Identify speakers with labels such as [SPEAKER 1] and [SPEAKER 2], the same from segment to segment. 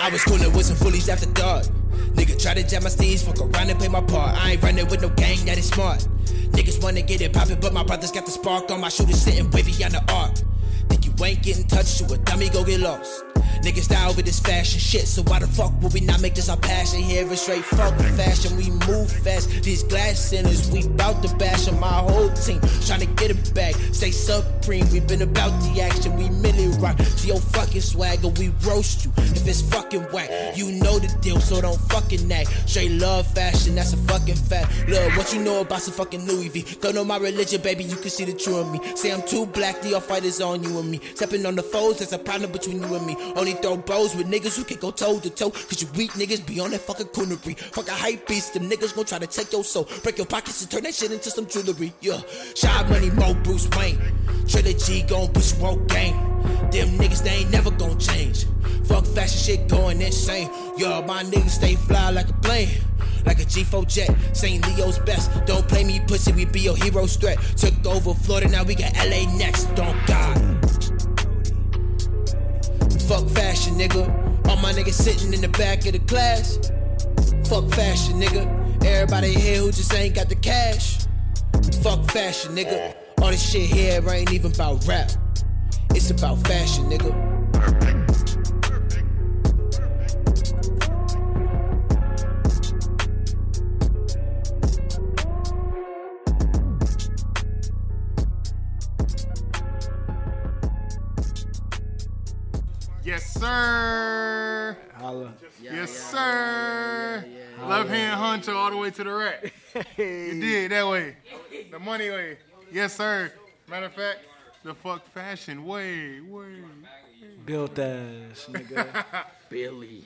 [SPEAKER 1] I was coolin' with some foolies after dark. Nigga try to jam my steeds, fuck around and play my part. I ain't running with no gang that is smart. Niggas wanna get it poppin', but my brothers got the spark on my shooters sitting way beyond the arc. Think you ain't getting touched, you a dummy, go get lost. Niggas die over this fashion shit, so why the fuck would we not make this our passion? Here it's straight fucking fashion, we move fast. These glass centers, we bout to bash on my whole team. Tryna get it back, stay supreme. We been about the action, we merely rock to your fucking swagger. We roast you if it's fucking whack. You know the deal, so don't fucking act. Straight love fashion, that's a fucking fact. Look, what you know about some fucking Louis V? Don't know my religion, baby, you can see the true in me. Say I'm too black, the all fighters on you and me. Stepping on the foes, that's a problem between you and me. Only throw bows with niggas who can go toe to toe. Cause you weak niggas be on that fucking coonery. Fuck a hype beast, them niggas gon' try to take your soul. Break your pockets and turn that shit into some jewelry. Yeah, Shy Money Mo, Bruce Wayne. Trilogy gon' push road gang. Them niggas, they ain't never gon' change. Fuck fashion shit going insane. Yo, my niggas stay fly like a plane. Like a G4 jet, St. Leo's best. Don't play me, pussy, we be your hero's threat. Took over Florida, now we got LA next. Don't God. Fuck fashion, nigga. All my niggas sitting in the back of the class. Fuck fashion, nigga. Everybody here who just ain't got the cash. Fuck fashion, nigga. All this shit here ain't even about rap. It's about fashion, nigga.
[SPEAKER 2] Yes, sir.
[SPEAKER 3] Holla.
[SPEAKER 2] yes, sir. Left hand hunter all the way to the rack. You did that way. The money way. Yes, sir. Matter of fact, the fuck fashion way. Way.
[SPEAKER 3] Built ass, nigga.
[SPEAKER 4] Billy.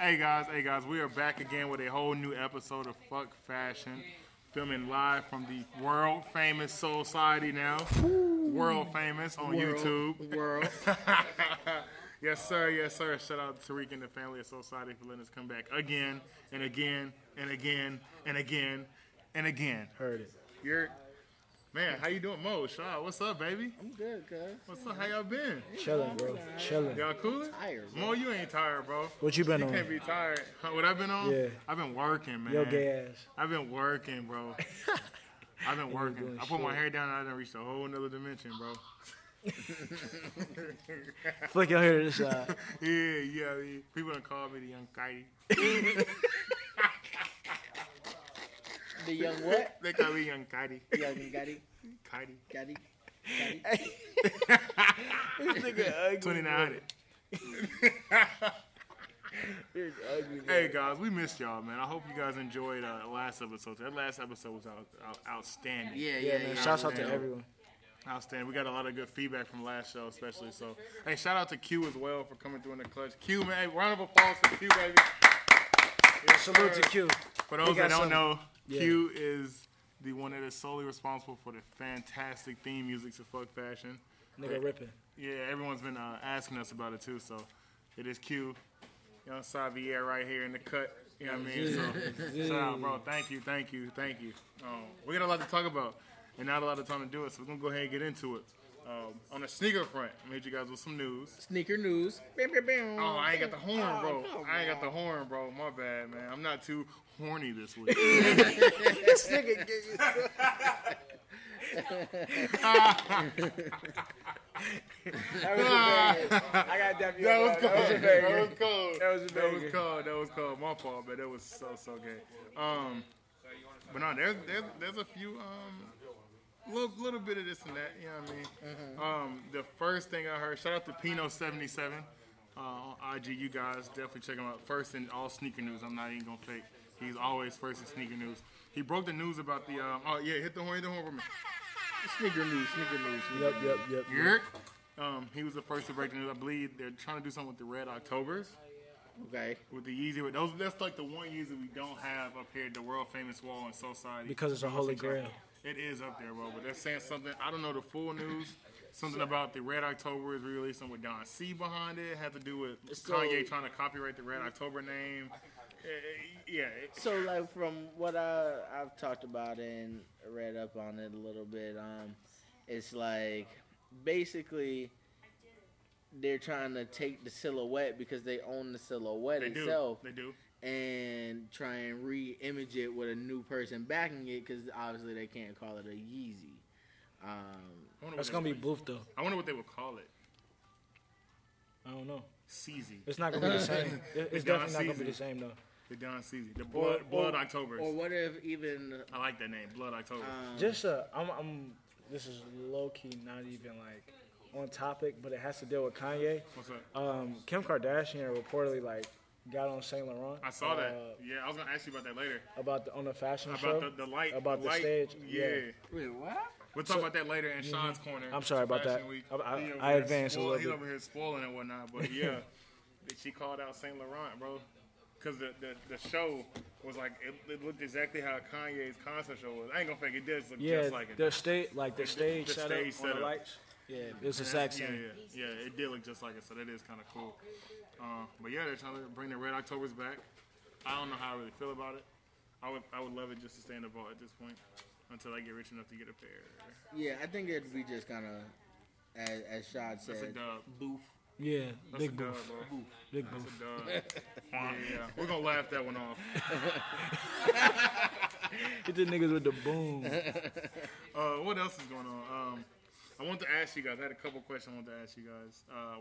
[SPEAKER 2] Hey guys, hey guys, we are back again with a whole new episode of Fuck Fashion, filming live from the world famous Soul Society now, world famous on YouTube.
[SPEAKER 4] World.
[SPEAKER 2] Yes, sir. Yes, sir. Shout out to Tariq and the family of Soul Society for letting us come back again and again and again and again and again.
[SPEAKER 3] Heard it.
[SPEAKER 2] You're man. How you doing, Mo? Shaw, what's up, baby?
[SPEAKER 4] I'm good, cuz.
[SPEAKER 2] What's up? How y'all been?
[SPEAKER 3] Chilling, bro. Chilling.
[SPEAKER 2] Y'all cool?
[SPEAKER 4] Tired, bro.
[SPEAKER 2] Mo, you ain't tired, bro.
[SPEAKER 3] What you been
[SPEAKER 2] You
[SPEAKER 3] on?
[SPEAKER 2] can't be tired. Huh, What I've been on?
[SPEAKER 3] Yeah.
[SPEAKER 2] I've been working, man.
[SPEAKER 3] Yo, gay ass.
[SPEAKER 2] I've been working, bro. I've been working.
[SPEAKER 3] doing
[SPEAKER 2] I put my
[SPEAKER 3] shit.
[SPEAKER 2] hair down and I done reached a whole nother dimension, bro.
[SPEAKER 3] Flick your hair to the side.
[SPEAKER 2] Yeah, yeah. yeah. People done call me the young kitey.
[SPEAKER 4] The young what?
[SPEAKER 2] They call me young kitey.
[SPEAKER 4] Young Gotti.
[SPEAKER 2] Kitey.
[SPEAKER 4] Gotti.
[SPEAKER 2] 2900. hey guys, we missed y'all, man. I hope you guys enjoyed uh, last episode. That last episode was out, out, outstanding.
[SPEAKER 4] Yeah, yeah,
[SPEAKER 3] Yeah,
[SPEAKER 4] yeah.
[SPEAKER 3] man. Shouts out to
[SPEAKER 2] Yeah.
[SPEAKER 3] everyone.
[SPEAKER 2] Outstanding. We got a lot of good feedback from last show, especially. So, hey, shout out to Q as well for coming through in the clutch. Q, man, hey, round of applause for Q, baby. Yes,
[SPEAKER 3] Salute
[SPEAKER 2] sir.
[SPEAKER 3] to Q.
[SPEAKER 2] For those that
[SPEAKER 3] got
[SPEAKER 2] don't
[SPEAKER 3] some-
[SPEAKER 2] know, Q is the one that is solely responsible for the fantastic theme music to Fuck Fashion.
[SPEAKER 3] Nigga ripping.
[SPEAKER 2] Yeah, everyone's been uh, asking us about it too, so it is Q, young Xavier right here in the cut. You know what I mean? So, shout out, bro. Thank you, thank you, thank you. Um, we got a lot to talk about, and not a lot of time to do it, so we're gonna go ahead and get into it. Um, on the sneaker front, I made you guys with some news.
[SPEAKER 4] Sneaker news. Bam, bam, bam.
[SPEAKER 2] Oh, I ain't got the horn, bro.
[SPEAKER 4] Oh,
[SPEAKER 2] I ain't got the horn, bro. My bad, man. I'm not too horny this week.
[SPEAKER 4] This nigga get you.
[SPEAKER 3] I got W.
[SPEAKER 2] That was cold. That was cold.
[SPEAKER 3] That was a
[SPEAKER 2] That was
[SPEAKER 3] banger.
[SPEAKER 2] cold. That was cold. My fault, man. That was so so gay. Um, but no, there's there's, there's a few um little little bit of this and that. You know what I mean? Um, the first thing I heard. Shout out to Pino seventy seven. Uh, on IG, you guys definitely check him out. First in all sneaker news. I'm not even gonna fake. He's always first in sneaker news. He broke the news about the. Um, oh yeah, hit the horn, hit the horn for me. Sneaker news, sneaker news. Sneaker
[SPEAKER 3] Yep, yep, yep.
[SPEAKER 2] Yerk. Um, he was the first to break the news. I believe they're trying to do something with the Red Octobers,
[SPEAKER 4] Okay.
[SPEAKER 2] with the Yeezy. With those, that's like the one Yeezy we don't have up here, the world famous wall in Society.
[SPEAKER 3] Because it's a holy grail.
[SPEAKER 2] It is up there, bro. But they're saying something. I don't know the full news. Something about the Red October is releasing with Don C behind it. Had to do with
[SPEAKER 4] So-
[SPEAKER 2] Kanye trying to copyright the Red October name. Eh, eh, Yeah, it-
[SPEAKER 4] So, like, from what I, I've talked about and read up on it a little bit, um, it's like basically they're trying to take the silhouette because they own the silhouette
[SPEAKER 2] They do.
[SPEAKER 4] itself
[SPEAKER 2] They do.
[SPEAKER 4] and try and re-image it with a new person backing it because obviously they can't call it a Yeezy.
[SPEAKER 2] I
[SPEAKER 4] Um,
[SPEAKER 2] wonder what
[SPEAKER 3] That's
[SPEAKER 2] they
[SPEAKER 3] gonna be
[SPEAKER 2] would-
[SPEAKER 3] boof though.
[SPEAKER 2] I wonder what they would call it.
[SPEAKER 3] I don't know.
[SPEAKER 2] Season.
[SPEAKER 3] It's not gonna be the same. It- It's
[SPEAKER 2] Don
[SPEAKER 3] definitely not gonna be the
[SPEAKER 2] Season.
[SPEAKER 3] same though.
[SPEAKER 2] The Don Season. The Blood, Blood Octobers.
[SPEAKER 4] Or what if even
[SPEAKER 2] I like that name, Blood October.
[SPEAKER 3] Just uh, I'm, I'm. This is low key, not even like on topic, but it has to deal with Kanye.
[SPEAKER 2] What's up?
[SPEAKER 3] Um, Kim Kardashian reportedly like got on Saint Laurent.
[SPEAKER 2] I saw
[SPEAKER 3] uh,
[SPEAKER 2] that. Yeah, I was gonna ask you about that later.
[SPEAKER 3] about the on the fashion show
[SPEAKER 2] About the, the light.
[SPEAKER 3] about the
[SPEAKER 2] light,
[SPEAKER 3] stage. Mm-hmm.
[SPEAKER 2] Yeah.
[SPEAKER 4] wait what?
[SPEAKER 2] We'll talk about that later in Sean's corner.
[SPEAKER 3] I'm sorry about
[SPEAKER 2] Fashion
[SPEAKER 3] that.
[SPEAKER 2] Week.
[SPEAKER 3] I- I-
[SPEAKER 2] He over
[SPEAKER 3] I
[SPEAKER 2] here
[SPEAKER 3] advanced a
[SPEAKER 2] spoil-
[SPEAKER 3] little
[SPEAKER 2] He
[SPEAKER 3] bit.
[SPEAKER 2] over here spoiling and whatnot, but yeah, she called out Saint Laurent, bro, because the, the the show was like it, it looked exactly how Kanye's concert show was. I ain't gonna fake it. Does look
[SPEAKER 3] Yeah,
[SPEAKER 2] just like it.
[SPEAKER 3] their stage, like their stage
[SPEAKER 2] the
[SPEAKER 3] setup,
[SPEAKER 2] stage
[SPEAKER 3] on
[SPEAKER 2] setup.
[SPEAKER 3] the lights. Yeah, it's the exact
[SPEAKER 2] yeah,
[SPEAKER 3] same.
[SPEAKER 2] yeah, yeah. It did look just like it, so that is kind of cool. Uh, but yeah, they're trying to bring the Red Octobers back. I don't know how I really feel about it. I would, I would love it just to stay in the vault at this point until I get rich enough to get a pair.
[SPEAKER 4] Yeah, I think it'd be just kind of as as Shad
[SPEAKER 2] That's a
[SPEAKER 4] said,
[SPEAKER 2] dub.
[SPEAKER 4] boof.
[SPEAKER 3] Yeah,
[SPEAKER 2] That's a
[SPEAKER 3] big
[SPEAKER 2] dub,
[SPEAKER 3] booth,
[SPEAKER 2] bro.
[SPEAKER 3] big
[SPEAKER 2] That's a
[SPEAKER 3] booth.
[SPEAKER 2] dub. yeah, yeah. We're gonna laugh that one off.
[SPEAKER 3] Hit the niggas with the boom.
[SPEAKER 2] Uh, what else is going on? Um, I want to ask you guys. I had a couple questions I want to ask you guys. Uh,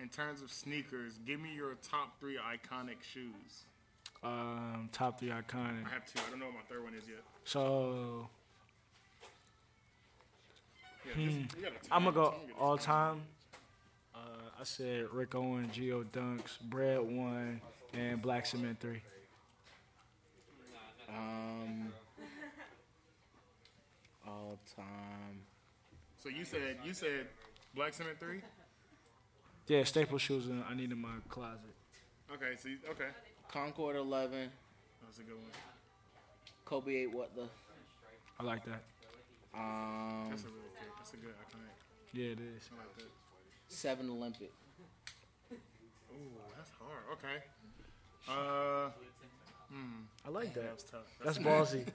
[SPEAKER 2] in terms of sneakers, give me your top three iconic shoes.
[SPEAKER 3] um, top three iconic.
[SPEAKER 2] I have two. I don't know what my third one is yet.
[SPEAKER 3] So
[SPEAKER 2] Yeah, this, we got a
[SPEAKER 3] I'm
[SPEAKER 2] ton-
[SPEAKER 3] gonna Hmm. go
[SPEAKER 2] ton of good-
[SPEAKER 3] all time. Uh, I said Rick Owen, Geo Dunks, Bread One, and Black Cement Three.
[SPEAKER 4] Um, all time.
[SPEAKER 2] So you said you said Black Cement Three.
[SPEAKER 3] Yeah, staple shoes and I need in my closet.
[SPEAKER 2] Okay, so you, okay,
[SPEAKER 4] Concord 11,
[SPEAKER 2] that's a good one.
[SPEAKER 4] Kobe 8, what the?
[SPEAKER 3] I like that.
[SPEAKER 4] Um,
[SPEAKER 2] That's a really good. That's a good iconic.
[SPEAKER 3] Yeah, it is.
[SPEAKER 2] I like that.
[SPEAKER 4] 7 Olympic.
[SPEAKER 2] Ooh, that's hard. Okay. Uh,
[SPEAKER 3] I like that.
[SPEAKER 2] that's tough.
[SPEAKER 3] That's ballsy.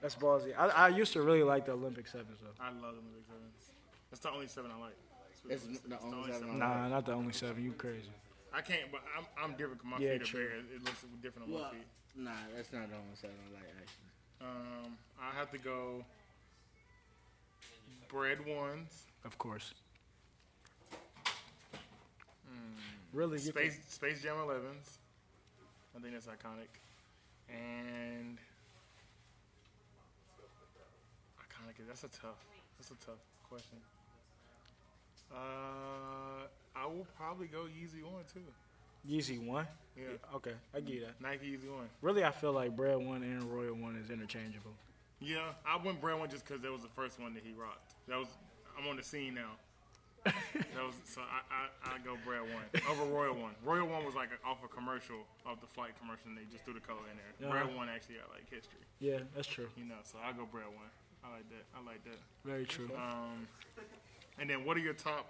[SPEAKER 3] That's ballsy. I, I used to really like the Olympic sevens though.
[SPEAKER 2] I love them big sevens. That's the only seven I like.
[SPEAKER 4] It's the only seven I like.
[SPEAKER 3] Nah, not the only seven. You crazy?
[SPEAKER 2] I can't, but I'm, I'm different. 'cause My
[SPEAKER 3] Yeah,
[SPEAKER 2] feet are
[SPEAKER 3] true.
[SPEAKER 2] bare. It looks different on
[SPEAKER 4] Well,
[SPEAKER 2] my feet.
[SPEAKER 4] nah, that's not the only 7 I like, actually.
[SPEAKER 2] Um, I have to go. Bread ones,
[SPEAKER 3] Of course. Really? You
[SPEAKER 2] Hmm. Space Space Jam Elevens. I think that's iconic, and iconic. That's a tough. That's a tough question. Uh, I will probably go Yeezy one too.
[SPEAKER 3] could- Yeezy one.
[SPEAKER 2] Yeah,
[SPEAKER 3] Okay, I get that.
[SPEAKER 2] Nike Yeezy one.
[SPEAKER 3] Really, I feel like Bread One and Royal One is interchangeable.
[SPEAKER 2] Yeah, I went brand one just because that was the first one that he rocked. That was I'm on the scene now. that was so I I, I go brand one over Royal one. Royal one was like off a commercial, off the flight commercial, and they just threw the color in there.
[SPEAKER 3] Uh-huh.
[SPEAKER 2] Brand one actually got like history,
[SPEAKER 3] Yeah, that's true.
[SPEAKER 2] you know. So I go brand one. I like that. I like that.
[SPEAKER 3] Very true.
[SPEAKER 2] Um, and then what are your top?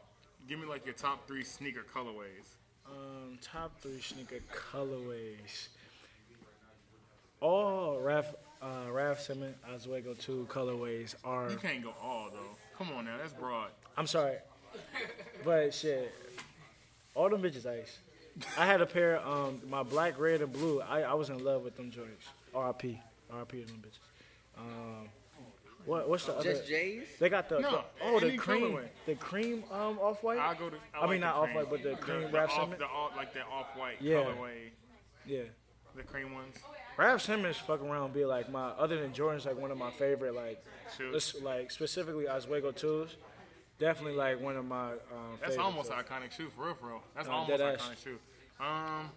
[SPEAKER 2] Give me like your top three sneaker colorways.
[SPEAKER 3] Um, top three sneaker colorways. All Raf, uh, Raf Simon Oswego two colorways are.
[SPEAKER 2] You can't go all though. Come on now, that's broad.
[SPEAKER 3] I'm sorry, but shit, all them bitches ice. I had a pair, um, my black, red, and blue. I, I was in love with them joints. R.I.P. R.I.P. to them bitches. Um, what what's the other?
[SPEAKER 4] Just J's?
[SPEAKER 3] They got the,
[SPEAKER 2] No,
[SPEAKER 3] the oh the
[SPEAKER 2] any
[SPEAKER 3] cream
[SPEAKER 2] colorway.
[SPEAKER 3] the cream um off white.
[SPEAKER 2] I go to.
[SPEAKER 3] I
[SPEAKER 2] like
[SPEAKER 3] mean,
[SPEAKER 2] the
[SPEAKER 3] not off
[SPEAKER 2] cream.
[SPEAKER 3] white, but the cream
[SPEAKER 2] the,
[SPEAKER 3] wrap
[SPEAKER 2] off,
[SPEAKER 3] segment?
[SPEAKER 2] the off, like the off white
[SPEAKER 3] Yeah.
[SPEAKER 2] colorway,
[SPEAKER 3] Yeah,
[SPEAKER 2] the cream ones.
[SPEAKER 3] Raph Simmons fuck around and be like my other than Jordan's like one of my favorite like
[SPEAKER 2] Shoes.
[SPEAKER 3] let's- like specifically Oswego twos. Definitely like one of my um,
[SPEAKER 2] That's
[SPEAKER 3] favorites.
[SPEAKER 2] almost an iconic shoe, for real, for real. That's
[SPEAKER 3] Uh,
[SPEAKER 2] almost
[SPEAKER 3] dead
[SPEAKER 2] iconic
[SPEAKER 3] ass.
[SPEAKER 2] shoe. Um,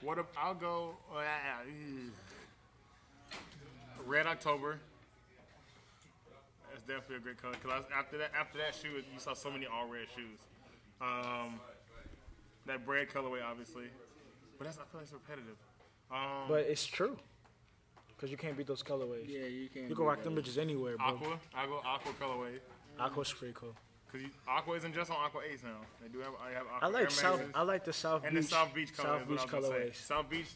[SPEAKER 2] what if I'll go uh, mm. Red October? That's definitely a great color. Cause I, after that, after that shoe, you saw so many all red shoes. Um, that bread colorway, obviously, but that's I feel like it's repetitive. Um,
[SPEAKER 3] But it's true, cause you can't beat those colorways.
[SPEAKER 4] Yeah, you can.
[SPEAKER 3] You can rock them bitches anywhere, bro.
[SPEAKER 2] aqua, I go aqua colorway.
[SPEAKER 3] Aqua's pretty cool.
[SPEAKER 2] Cause you, aqua isn't just on Aqua Ace now. They do have. I have Aqua
[SPEAKER 3] I like
[SPEAKER 2] Air
[SPEAKER 3] South.
[SPEAKER 2] Maxes.
[SPEAKER 3] I like the South
[SPEAKER 2] And
[SPEAKER 3] Beach.
[SPEAKER 2] the South Beach colorway.
[SPEAKER 3] South
[SPEAKER 2] is what
[SPEAKER 3] Beach
[SPEAKER 2] I was gonna say.
[SPEAKER 3] colorways.
[SPEAKER 2] South Beach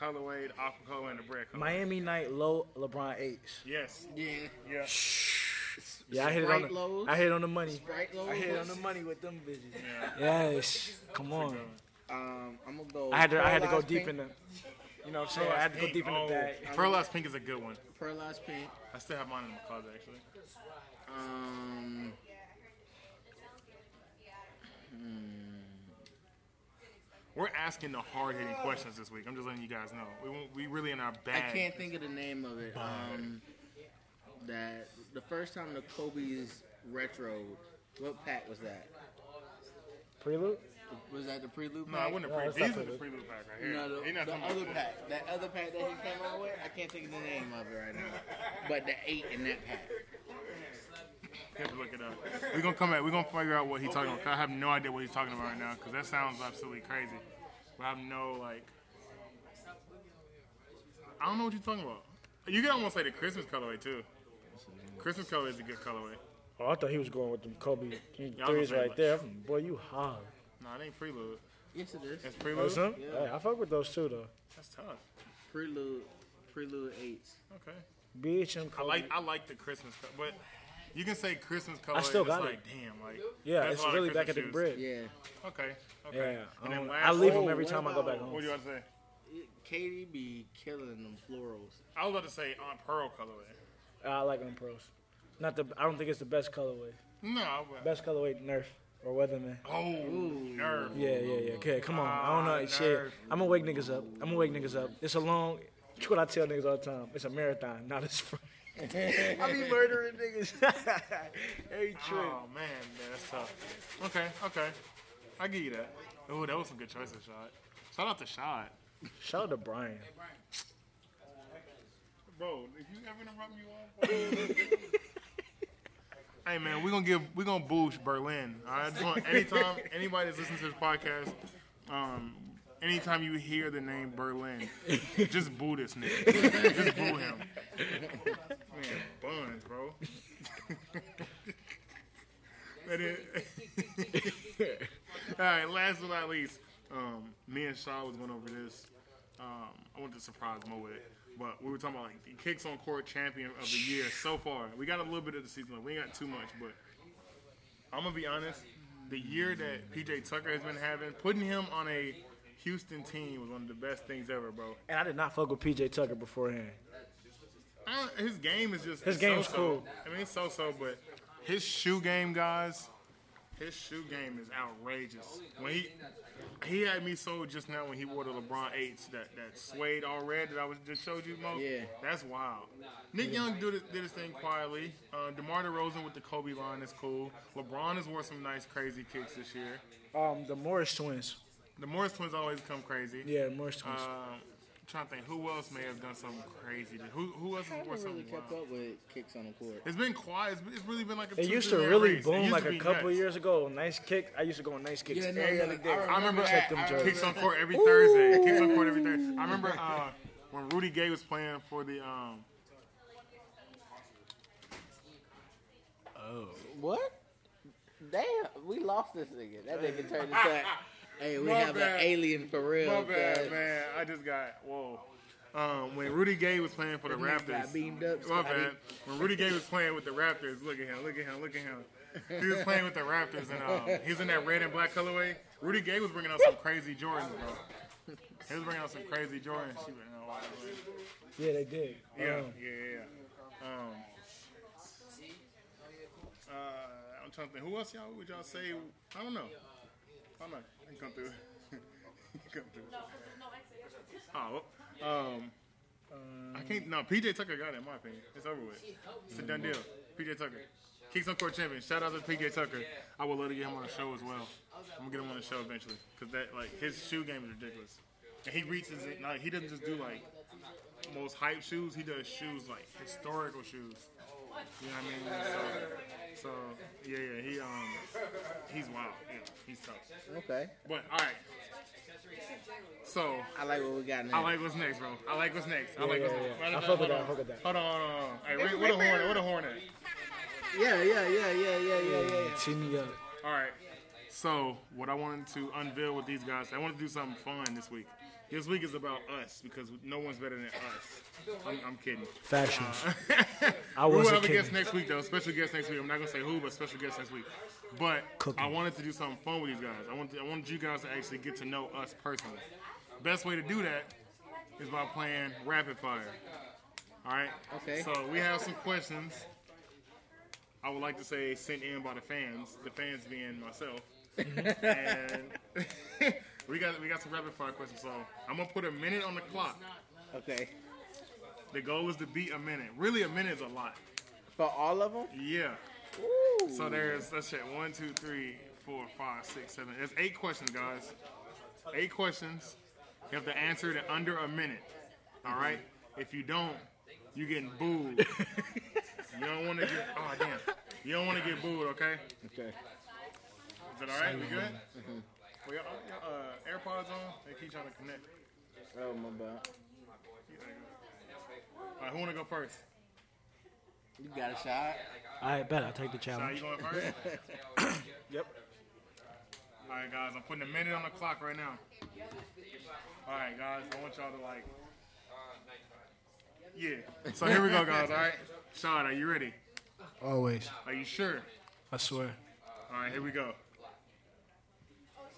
[SPEAKER 2] colorway, the aqua color, and the bread color.
[SPEAKER 3] Miami night low LeBron eights.
[SPEAKER 2] Yes.
[SPEAKER 4] Yeah.
[SPEAKER 2] Yeah.
[SPEAKER 3] Yeah, I hit it on
[SPEAKER 4] Sprite
[SPEAKER 3] the,
[SPEAKER 4] lows?
[SPEAKER 3] I hit it on the money.
[SPEAKER 4] Sprite
[SPEAKER 3] I hit it on
[SPEAKER 4] lows?
[SPEAKER 3] the money with them bitches. Yes, come on.
[SPEAKER 4] Um, I'm gonna go.
[SPEAKER 3] I had to I had to go
[SPEAKER 4] Pearlized
[SPEAKER 3] deep
[SPEAKER 4] Pink.
[SPEAKER 3] in the, you know what I'm saying? I had to go deep in the bag.
[SPEAKER 2] Pearlized Oh. pink is a good one.
[SPEAKER 4] Pearlized pink.
[SPEAKER 2] I still have mine in my closet actually.
[SPEAKER 4] Um.
[SPEAKER 2] We're asking the hard hitting questions this week. I'm just letting you guys know. We won't, we really in our
[SPEAKER 4] I
[SPEAKER 2] bag.
[SPEAKER 4] can't think of the name of it. Um, that the first time the Kobe's retro, what pack was that?
[SPEAKER 3] Prelude?
[SPEAKER 4] Was that the prelude?
[SPEAKER 2] No, I wouldn't
[SPEAKER 3] No,
[SPEAKER 2] have
[SPEAKER 3] it's
[SPEAKER 2] pre-
[SPEAKER 3] not
[SPEAKER 2] These are the
[SPEAKER 3] prelude.
[SPEAKER 2] prelude pack right here.
[SPEAKER 4] No, the,
[SPEAKER 2] He not
[SPEAKER 4] the
[SPEAKER 2] talking about
[SPEAKER 4] other
[SPEAKER 2] this.
[SPEAKER 4] pack, that other pack that he came out with, I can't think of the name of it right now. But the eight in that pack.
[SPEAKER 2] You have to look it up. We're gonna come back. We're gonna figure out what he's talking about. 'cause I have no idea what he's talking about right now because that sounds absolutely crazy. But I have no like. I don't know what you're talking about. You can almost say the Christmas colorway too. Christmas color is a good colorway.
[SPEAKER 3] Oh, I thought he was going with them Kobe
[SPEAKER 2] I'm
[SPEAKER 3] threes
[SPEAKER 2] saying,
[SPEAKER 3] right
[SPEAKER 2] like-
[SPEAKER 3] there. I'm- Boy, you hard.
[SPEAKER 2] No, it ain't prelude.
[SPEAKER 4] Yes, it is.
[SPEAKER 2] It's
[SPEAKER 3] Oh,
[SPEAKER 2] prelude.
[SPEAKER 3] son? Hey, I fuck with those too though.
[SPEAKER 2] That's tough.
[SPEAKER 4] Prelude, prelude eights.
[SPEAKER 2] Okay.
[SPEAKER 3] BHM
[SPEAKER 2] I
[SPEAKER 3] Kobe.
[SPEAKER 2] like I like the Christmas, co- but you can say Christmas colorway.
[SPEAKER 3] I still
[SPEAKER 2] and
[SPEAKER 3] got
[SPEAKER 2] it's
[SPEAKER 3] it.
[SPEAKER 2] like, Damn, like
[SPEAKER 3] yeah,
[SPEAKER 2] that's a
[SPEAKER 3] it's
[SPEAKER 2] lot of
[SPEAKER 3] really back
[SPEAKER 2] Christmas
[SPEAKER 3] at the
[SPEAKER 2] shoes.
[SPEAKER 3] bridge.
[SPEAKER 4] Yeah.
[SPEAKER 2] Okay. Okay.
[SPEAKER 3] Yeah, I
[SPEAKER 2] And then
[SPEAKER 3] don't-
[SPEAKER 2] last,
[SPEAKER 3] I leave
[SPEAKER 2] oh,
[SPEAKER 3] them every
[SPEAKER 4] what
[SPEAKER 3] time I go back
[SPEAKER 4] about-
[SPEAKER 3] home.
[SPEAKER 2] What do you want to say?
[SPEAKER 4] Katie be killing them florals.
[SPEAKER 2] I was about to say on pearl colorway.
[SPEAKER 3] I like them pros. Not the. I don't think it's the best colorway.
[SPEAKER 2] No. I would-
[SPEAKER 3] Best colorway Nerf or Weatherman.
[SPEAKER 2] Oh, nerve.
[SPEAKER 3] Yeah, yeah, yeah. Okay, come on. I don't know
[SPEAKER 2] Ah,
[SPEAKER 3] that shit.
[SPEAKER 2] Nerf.
[SPEAKER 3] I'm gonna wake niggas up. I'm gonna wake niggas up. It's a long. It's what I tell niggas all the time. It's a marathon, not a sprint. I be murdering niggas. Every trip.
[SPEAKER 2] Oh man, man, that's tough. Okay, okay, I give you that. Oh, that was some good choices, shot. Shout out to shot,
[SPEAKER 3] Shout out to Brian.
[SPEAKER 2] bro. If you ever interrupt me, off. hey man, we gonna give we gonna boosh Berlin. all right? I just want anytime anybody that's listening to this podcast, um, anytime you hear the name Berlin, just boo this nigga. just boo him. Man, buns, bro. That is- All right, last but not least, um, me and Shaw was going over this. Um, I want to surprise Mo with it, but we were talking about like the kicks on court champion of the year so far. We got a little bit of the season left. We ain't got too much, but I'm gonna be honest. The year that PJ Tucker has been having, putting him on a Houston team was one of the best things ever, bro.
[SPEAKER 3] And I did not fuck with PJ Tucker beforehand.
[SPEAKER 2] I don't- his game is just
[SPEAKER 3] His
[SPEAKER 2] it's
[SPEAKER 3] game's
[SPEAKER 2] so-so.
[SPEAKER 3] cool.
[SPEAKER 2] I mean, it's so-so, but his shoe game, guys, his shoe game is outrageous. When he he had me sold just now when he wore the LeBron eights that that suede all red that I was just showed you, Mo.
[SPEAKER 4] Yeah.
[SPEAKER 2] that's wild. Nick Young did his, did his thing quietly. Uh, Demar Derozan with the Kobe line is cool. LeBron has wore some nice crazy kicks this year.
[SPEAKER 3] Um, the Morris twins.
[SPEAKER 2] The Morris twins always come crazy.
[SPEAKER 3] Yeah, Morris twins.
[SPEAKER 2] Um, trying to think who else may have done something crazy. Who who else
[SPEAKER 4] I
[SPEAKER 2] has wore
[SPEAKER 4] haven't
[SPEAKER 2] something
[SPEAKER 4] really kept
[SPEAKER 2] wild?
[SPEAKER 4] up with kicks on the court.
[SPEAKER 2] It's been quiet. It's, it's really been like a.
[SPEAKER 3] It
[SPEAKER 2] two,
[SPEAKER 3] used to
[SPEAKER 2] three-man
[SPEAKER 3] really
[SPEAKER 2] race. It
[SPEAKER 3] boom
[SPEAKER 2] used
[SPEAKER 3] like
[SPEAKER 2] to
[SPEAKER 3] a
[SPEAKER 2] be
[SPEAKER 3] couple
[SPEAKER 2] nuts.
[SPEAKER 3] years ago. Nice kick. I used to go on nice kicks
[SPEAKER 4] Yeah, no,
[SPEAKER 3] every
[SPEAKER 4] no,
[SPEAKER 3] other
[SPEAKER 4] I
[SPEAKER 3] day.
[SPEAKER 4] remember
[SPEAKER 2] I remember
[SPEAKER 3] check them
[SPEAKER 2] I- I
[SPEAKER 3] jerseys.
[SPEAKER 2] kicks on court every Thursday. Kicks on court every Thursday. I remember uh, when Rudy Gay was playing for the. Um,
[SPEAKER 4] What? Damn, we lost this nigga. That nigga turned into. a- hey, we
[SPEAKER 2] My
[SPEAKER 4] have
[SPEAKER 2] bad.
[SPEAKER 4] an alien for real.
[SPEAKER 2] my bad,
[SPEAKER 4] cuz.
[SPEAKER 2] man. I just got whoa. Um, when Rudy Gay was playing for the
[SPEAKER 4] That nigga got
[SPEAKER 2] Raptors,
[SPEAKER 4] beamed up,
[SPEAKER 2] my
[SPEAKER 4] Scotty.
[SPEAKER 2] bad. When Rudy Gay was playing with the Raptors, look at him, look at him, look at him. He was playing with the Raptors, and um, he was in that red and black colorway. Rudy Gay was bringing out some crazy Jordans, bro. He was bringing out some crazy Jordans. She was, no, I was-
[SPEAKER 3] Yeah, they did.
[SPEAKER 2] Yeah,
[SPEAKER 3] Um,
[SPEAKER 2] yeah, yeah. Um, uh, I'm trying to think. Who else y'all would y'all say? I don't know. I don't know. I can come through. come through. Oh, um, I can't. No, PJ Tucker got it. In my opinion, it's over with. It's a done deal. PJ Tucker, Kings on Court champion. Shout out to PJ Tucker. I would love to get him on the show as well. I'm gonna get him on the show eventually because that like his shoe game is ridiculous. And he reaches it. Like he doesn't just do like most hype shoes. He does shoes like historical shoes. You know what I mean? So, so yeah, yeah. He um, he's wild. Yeah, he's tough.
[SPEAKER 4] Okay.
[SPEAKER 2] But all right. So
[SPEAKER 4] I like what we got now.
[SPEAKER 2] I like what's next, bro. I like what's next. I like
[SPEAKER 3] yeah,
[SPEAKER 2] what's
[SPEAKER 3] yeah,
[SPEAKER 2] next.
[SPEAKER 3] yeah. I
[SPEAKER 2] Hold
[SPEAKER 3] fuck with
[SPEAKER 2] on,
[SPEAKER 3] that, I fuck with that.
[SPEAKER 2] Hold on, hold on. Hey, where, where the horn? at? Where the horn at?
[SPEAKER 4] yeah, yeah, yeah, yeah, yeah, yeah, yeah.
[SPEAKER 3] Tee me up.
[SPEAKER 2] All right. So, what I wanted to unveil with these guys, I want to do something fun this week. This week is about us because no one's better than us. I'm, I'm kidding.
[SPEAKER 3] Fashions. I
[SPEAKER 2] We will
[SPEAKER 3] wasn't
[SPEAKER 2] have a
[SPEAKER 3] kidding.
[SPEAKER 2] guest next week, though. Special guest next week. I'm not gonna say who, but special guest next week. But
[SPEAKER 3] Cooking.
[SPEAKER 2] I wanted to do something fun with these guys. I want I wanted you guys to actually get to know us personally. Best way to do that is by playing rapid fire. All right.
[SPEAKER 4] Okay.
[SPEAKER 2] So we have some questions. I would like to say sent in by the fans. The fans being myself. and we got we got some rapid fire questions. So I'm gonna put a minute on the clock.
[SPEAKER 4] Okay.
[SPEAKER 2] The goal is to beat a minute. Really, a minute is a lot.
[SPEAKER 4] For all of them?
[SPEAKER 2] Yeah. So there's let's check one, two, three, four, five, six, seven. There's eight questions, guys. Eight questions. You have to answer it in under a minute. All right. If you don't, you getting booed. you don't want to get. Oh damn. You don't want to get booed. Okay.
[SPEAKER 4] Okay. Mm-hmm.
[SPEAKER 2] Is that all right? We good? Well, y'all, y'all, uh, AirPods on. They keep trying to connect.
[SPEAKER 4] Oh, my bad.
[SPEAKER 2] All right. Who want to go first?
[SPEAKER 4] You got a shot?
[SPEAKER 3] I bet I'll take the
[SPEAKER 2] Sai, you
[SPEAKER 3] challenge.
[SPEAKER 2] going first?
[SPEAKER 3] Yep.
[SPEAKER 2] All right, guys, I'm putting a minute on the clock right now. All right, guys, I want y'all to like. Yeah. So here we go, guys. All right, Sean, are you ready?
[SPEAKER 3] Always.
[SPEAKER 2] Are you sure?
[SPEAKER 3] I swear.
[SPEAKER 2] All right, here we go.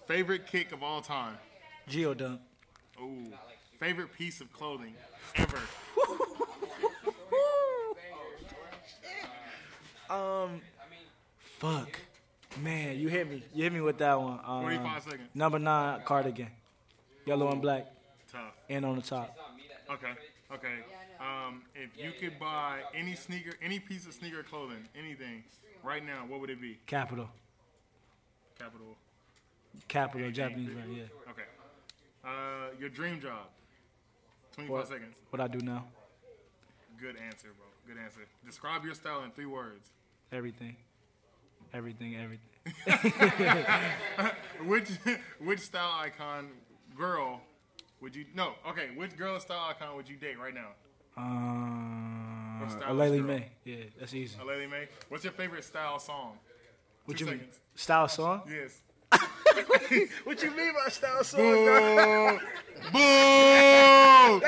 [SPEAKER 2] Favorite kick of all time.
[SPEAKER 3] Geo dunk.
[SPEAKER 2] Ooh. Favorite piece of clothing ever.
[SPEAKER 3] Um, Fuck. Man, you hit me. You hit me with that one. Um,
[SPEAKER 2] 45 seconds.
[SPEAKER 3] Number nine cardigan. Yellow and black.
[SPEAKER 2] Tough.
[SPEAKER 3] And on the top.
[SPEAKER 2] Okay. Okay. Um, if you could buy any sneaker, any piece of sneaker clothing, anything, right now, what would it be?
[SPEAKER 3] Capital.
[SPEAKER 2] Capital.
[SPEAKER 3] Capital. Japanese brand, yeah.
[SPEAKER 2] Okay. Uh, your dream job. 25
[SPEAKER 3] What,
[SPEAKER 2] seconds.
[SPEAKER 3] what I do now.
[SPEAKER 2] Good answer, bro. Good answer. Describe your style in three words.
[SPEAKER 3] Everything. Everything, everything.
[SPEAKER 2] Which which style icon girl would you no, okay, which girl style icon would you date right now?
[SPEAKER 3] Um,
[SPEAKER 2] Or stylish
[SPEAKER 3] Aleli
[SPEAKER 2] girl.
[SPEAKER 3] Uh, May. Yeah, that's easy.
[SPEAKER 2] A lady May. What's your favorite style song?
[SPEAKER 3] What
[SPEAKER 2] Two
[SPEAKER 3] you mean?
[SPEAKER 2] seconds.
[SPEAKER 3] Style song?
[SPEAKER 2] Yes.
[SPEAKER 4] What you mean by style song?
[SPEAKER 2] Boo! Boo!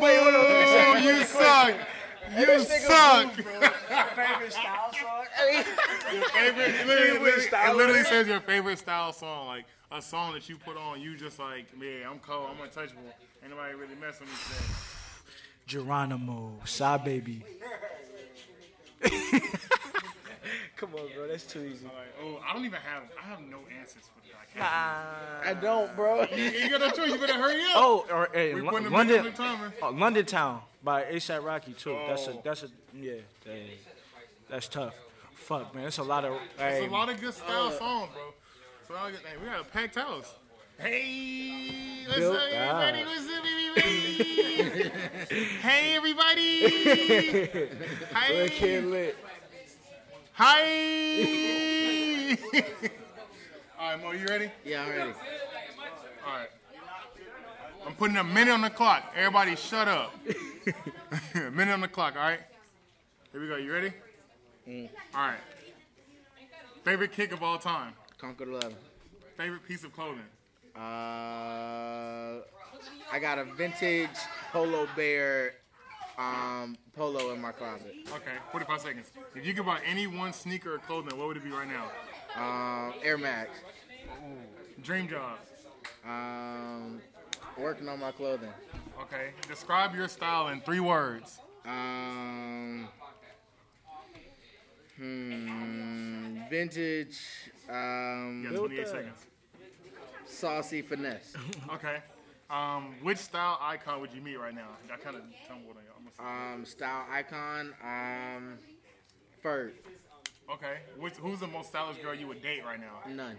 [SPEAKER 4] Wait, hold on.
[SPEAKER 2] Boo! You suck! You suck!
[SPEAKER 4] Favorite style song?
[SPEAKER 2] Your favorite it literally,
[SPEAKER 4] Favorite
[SPEAKER 2] literally-
[SPEAKER 4] style
[SPEAKER 2] it literally
[SPEAKER 4] of it?
[SPEAKER 2] says your favorite style song, like a song that you put on, you just like, yeah, I'm cold, I'm untouchable. Ain't nobody really messing with me today.
[SPEAKER 3] Geronimo. Psy Baby. Come on, bro. That's too easy.
[SPEAKER 2] Like, oh, I don't even have. I have no answers for this. I can't.
[SPEAKER 4] I don't, bro.
[SPEAKER 2] you got no choice. You better hurry up.
[SPEAKER 3] Ah. Oh, or, eh,
[SPEAKER 2] We're
[SPEAKER 3] Lon-
[SPEAKER 2] putting them in
[SPEAKER 3] London,
[SPEAKER 2] the timer.
[SPEAKER 3] oh, London Town by ASAP Rocky too. That's a
[SPEAKER 2] Oh.
[SPEAKER 3] that's a yeah. that- that's tough. Fuck man, it's a lot of.
[SPEAKER 2] It's
[SPEAKER 3] Hey, oh,
[SPEAKER 2] a lot of good style songs, bro. So I get, hey, we got a packed house. Hey, what's
[SPEAKER 3] Built
[SPEAKER 2] up, everybody?
[SPEAKER 3] up.
[SPEAKER 2] What's up, everybody? hey, everybody. Hi.
[SPEAKER 3] lit.
[SPEAKER 2] Hi. All right, Mo, you ready?
[SPEAKER 4] Yeah, I'm ready.
[SPEAKER 2] All right. I'm putting a minute on the clock. Everybody, shut up. minute on the clock. All right. Here we go. You ready?
[SPEAKER 3] Mm.
[SPEAKER 2] All right. Favorite kick of all time.
[SPEAKER 4] Conquer the Love.
[SPEAKER 2] Favorite piece of clothing.
[SPEAKER 4] Uh, I got a vintage Polo Bear um, polo in my closet.
[SPEAKER 2] Okay. 45 seconds. If you could buy any one sneaker or clothing, what would it be right now?
[SPEAKER 4] Um, Air Max.
[SPEAKER 2] Dream job.
[SPEAKER 4] Um, working on my clothing.
[SPEAKER 2] Okay. Describe your style in three words.
[SPEAKER 4] Um, hmm, vintage
[SPEAKER 2] You
[SPEAKER 4] um,
[SPEAKER 2] got 28
[SPEAKER 3] Built up.
[SPEAKER 2] seconds.
[SPEAKER 4] saucy finesse.
[SPEAKER 2] Okay. Um, which style icon would you meet right now? I kind of tumbled on y'all. I'm gonna-
[SPEAKER 4] Um, style icon. Um, Ferg.
[SPEAKER 2] Okay. Which, who's the most stylish girl you would date right now?
[SPEAKER 4] None.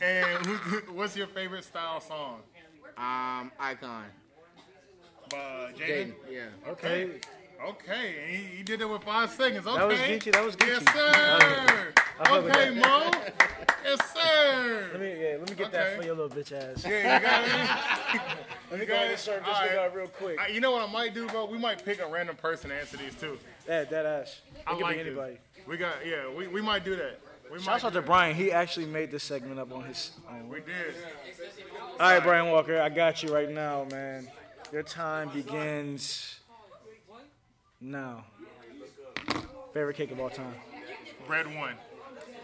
[SPEAKER 2] and who, what's your favorite style song?
[SPEAKER 4] Um, icon.
[SPEAKER 2] Uh, Jaden.
[SPEAKER 4] Jaden. Yeah.
[SPEAKER 3] Okay,
[SPEAKER 2] Okay, and he, he did it with five seconds. Okay.
[SPEAKER 3] was Gucci, that was
[SPEAKER 2] Yes,
[SPEAKER 3] Gucci.
[SPEAKER 2] sir.
[SPEAKER 3] love it.
[SPEAKER 2] okay, Mo. yes, sir.
[SPEAKER 3] let me yeah, let me get
[SPEAKER 2] Okay.
[SPEAKER 3] that for your little bitch ass.
[SPEAKER 2] Yeah, you got it.
[SPEAKER 3] Let me
[SPEAKER 2] go ahead and serve this nigga up
[SPEAKER 3] real quick.
[SPEAKER 2] Uh, you know what I might do, bro? We might pick a random person to answer these too.
[SPEAKER 3] That that ass. It
[SPEAKER 2] I
[SPEAKER 3] could
[SPEAKER 2] like
[SPEAKER 3] be
[SPEAKER 2] this.
[SPEAKER 3] anybody.
[SPEAKER 2] We got yeah. We, we might do that. We
[SPEAKER 3] Shouts
[SPEAKER 2] might
[SPEAKER 3] out to
[SPEAKER 2] do
[SPEAKER 3] Brian. He actually made this segment up on his own.
[SPEAKER 2] that. We did.
[SPEAKER 3] All right, Brian Walker, I got you right now, man. Your time begins now. Favorite cake of all time.
[SPEAKER 2] Red one.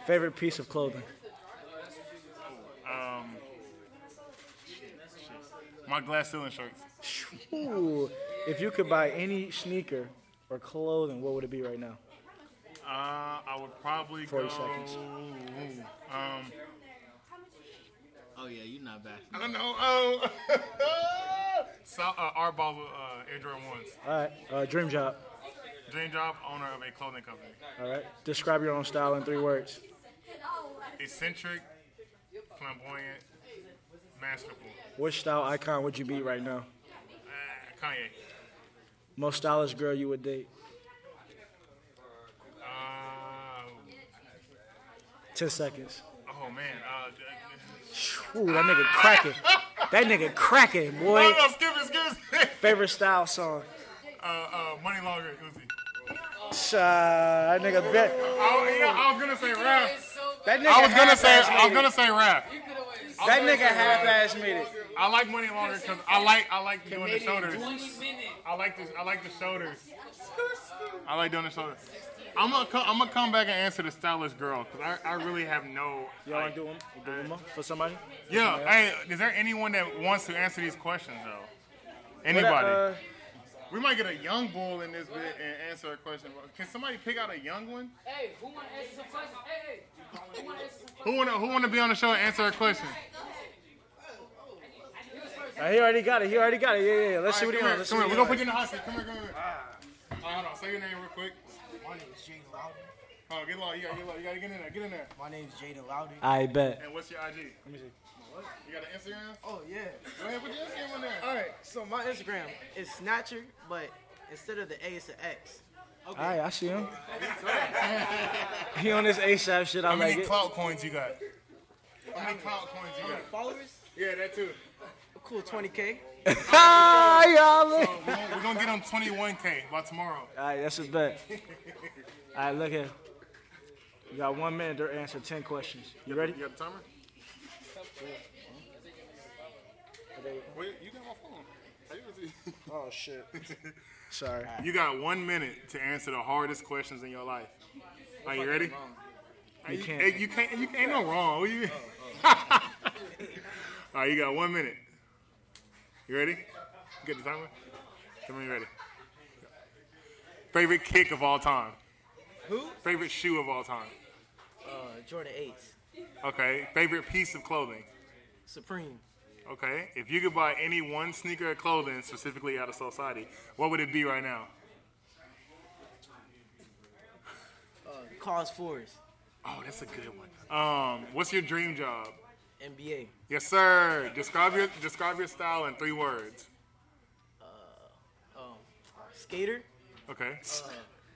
[SPEAKER 3] Favorite piece of clothing.
[SPEAKER 2] My glass ceiling shirts.
[SPEAKER 3] Ooh, if you could buy any sneaker or clothing, what would it be right now?
[SPEAKER 2] Uh, I would probably
[SPEAKER 3] 40
[SPEAKER 2] go.
[SPEAKER 3] seconds.
[SPEAKER 2] Um,
[SPEAKER 4] Oh yeah, you're not back.
[SPEAKER 2] I don't know. Oh, so, uh, our ball uh, Air Jordan ones.
[SPEAKER 3] All right, uh, dream job.
[SPEAKER 2] Dream job, owner of a clothing company.
[SPEAKER 3] All right, describe your own style in three words.
[SPEAKER 2] Eccentric, flamboyant, masterful.
[SPEAKER 3] Which style icon would you be right now?
[SPEAKER 2] Uh, Kanye.
[SPEAKER 3] Most stylish girl you would date.
[SPEAKER 2] Uh,
[SPEAKER 3] Ten seconds.
[SPEAKER 2] oh man. Uh,
[SPEAKER 3] Ooh, that nigga cracking. That nigga cracking, boy.
[SPEAKER 2] no, no, skip it, skip it.
[SPEAKER 3] Favorite style song.
[SPEAKER 2] uh, uh, money laundering, Uzi.
[SPEAKER 3] Sha- that nigga bet.
[SPEAKER 2] Oh, you know, I was gonna say rap.
[SPEAKER 3] That nigga
[SPEAKER 2] I was gonna say
[SPEAKER 3] half-ass
[SPEAKER 2] I was
[SPEAKER 3] made
[SPEAKER 2] gonna
[SPEAKER 3] it.
[SPEAKER 2] say rap.
[SPEAKER 3] That nigga half-ass made it.
[SPEAKER 2] I like money longer because I like I like doing the shoulders. I like the I like the shoulders. I like doing the shoulders. I'm gonna co- I'm gonna come back and answer the stylish girl because I, I really have no.
[SPEAKER 3] Y'all wanna do one? Do one more for somebody?
[SPEAKER 2] Yeah. Hey, is there anyone that wants to answer these questions though?
[SPEAKER 3] What,
[SPEAKER 2] Anybody?
[SPEAKER 3] uh,
[SPEAKER 2] we might get a young bull in this bit and answer a question. Can somebody pick out a young one?
[SPEAKER 5] Hey, who want to ask some questions? Hey, hey, who want to ask some
[SPEAKER 2] Who wanna Who wanna be on the show and answer a question?
[SPEAKER 3] uh, he already got it. He already got it. Yeah, yeah. yeah. Let's see
[SPEAKER 2] All right,
[SPEAKER 3] what he
[SPEAKER 2] come
[SPEAKER 3] on.
[SPEAKER 2] here,
[SPEAKER 3] Let's
[SPEAKER 2] come here.
[SPEAKER 3] see
[SPEAKER 2] We're gonna
[SPEAKER 3] what he
[SPEAKER 2] put you
[SPEAKER 3] on.
[SPEAKER 2] in the hot seat. Come here, come here. All right, hold on. Say your name real quick.
[SPEAKER 6] My name is Jaden Loudon.
[SPEAKER 2] Oh, get low. You gotta get low. You gotta get in there. Get in there.
[SPEAKER 6] My name is Jaden Loudon.
[SPEAKER 3] I bet.
[SPEAKER 2] And what's your IG?
[SPEAKER 3] Let me see.
[SPEAKER 2] You got an Instagram?
[SPEAKER 6] Oh yeah.
[SPEAKER 2] Go ahead, put your Instagram on there.
[SPEAKER 6] All right. So my Instagram is Snatcher, but instead of the A, it's an X.
[SPEAKER 3] All right, I see him. he on this ASAP shit. I
[SPEAKER 2] How
[SPEAKER 3] like
[SPEAKER 2] many
[SPEAKER 3] it.
[SPEAKER 2] clout coins you got? How many clout coins you got?
[SPEAKER 6] Followers?
[SPEAKER 2] Yeah, that too.
[SPEAKER 6] A cool 20k.
[SPEAKER 3] Ah, y'all. All
[SPEAKER 2] We're gonna, we're gonna get them 21k by tomorrow.
[SPEAKER 3] right, that's his bet. All right, look here. You got one minute to answer ten questions. You ready?
[SPEAKER 2] got the timer? Wait, you got my phone. How you gonna see-
[SPEAKER 3] Oh shit. Sorry.
[SPEAKER 2] You got one minute to answer the hardest questions in your life. Are you ready? Hey,
[SPEAKER 3] You
[SPEAKER 2] You
[SPEAKER 3] can't.
[SPEAKER 2] hey, You can't. You can't. Ain't no wrong. What you? All right, you got one minute. You ready? You Get the timer. Come here, ready. Favorite kick of all time.
[SPEAKER 6] Who?
[SPEAKER 2] Favorite shoe of all time.
[SPEAKER 6] Uh, Jordan 8s.
[SPEAKER 2] Okay. Favorite piece of clothing.
[SPEAKER 6] Supreme.
[SPEAKER 2] Okay. If you could buy any one sneaker or clothing specifically out of society, what would it be right now?
[SPEAKER 6] Uh, Cause Forest.
[SPEAKER 2] Oh, that's a good one. Um, what's your dream job?
[SPEAKER 6] NBA.
[SPEAKER 2] Yes, sir. Describe your describe your style in three words.
[SPEAKER 6] Um, skater. Uh,
[SPEAKER 2] Okay.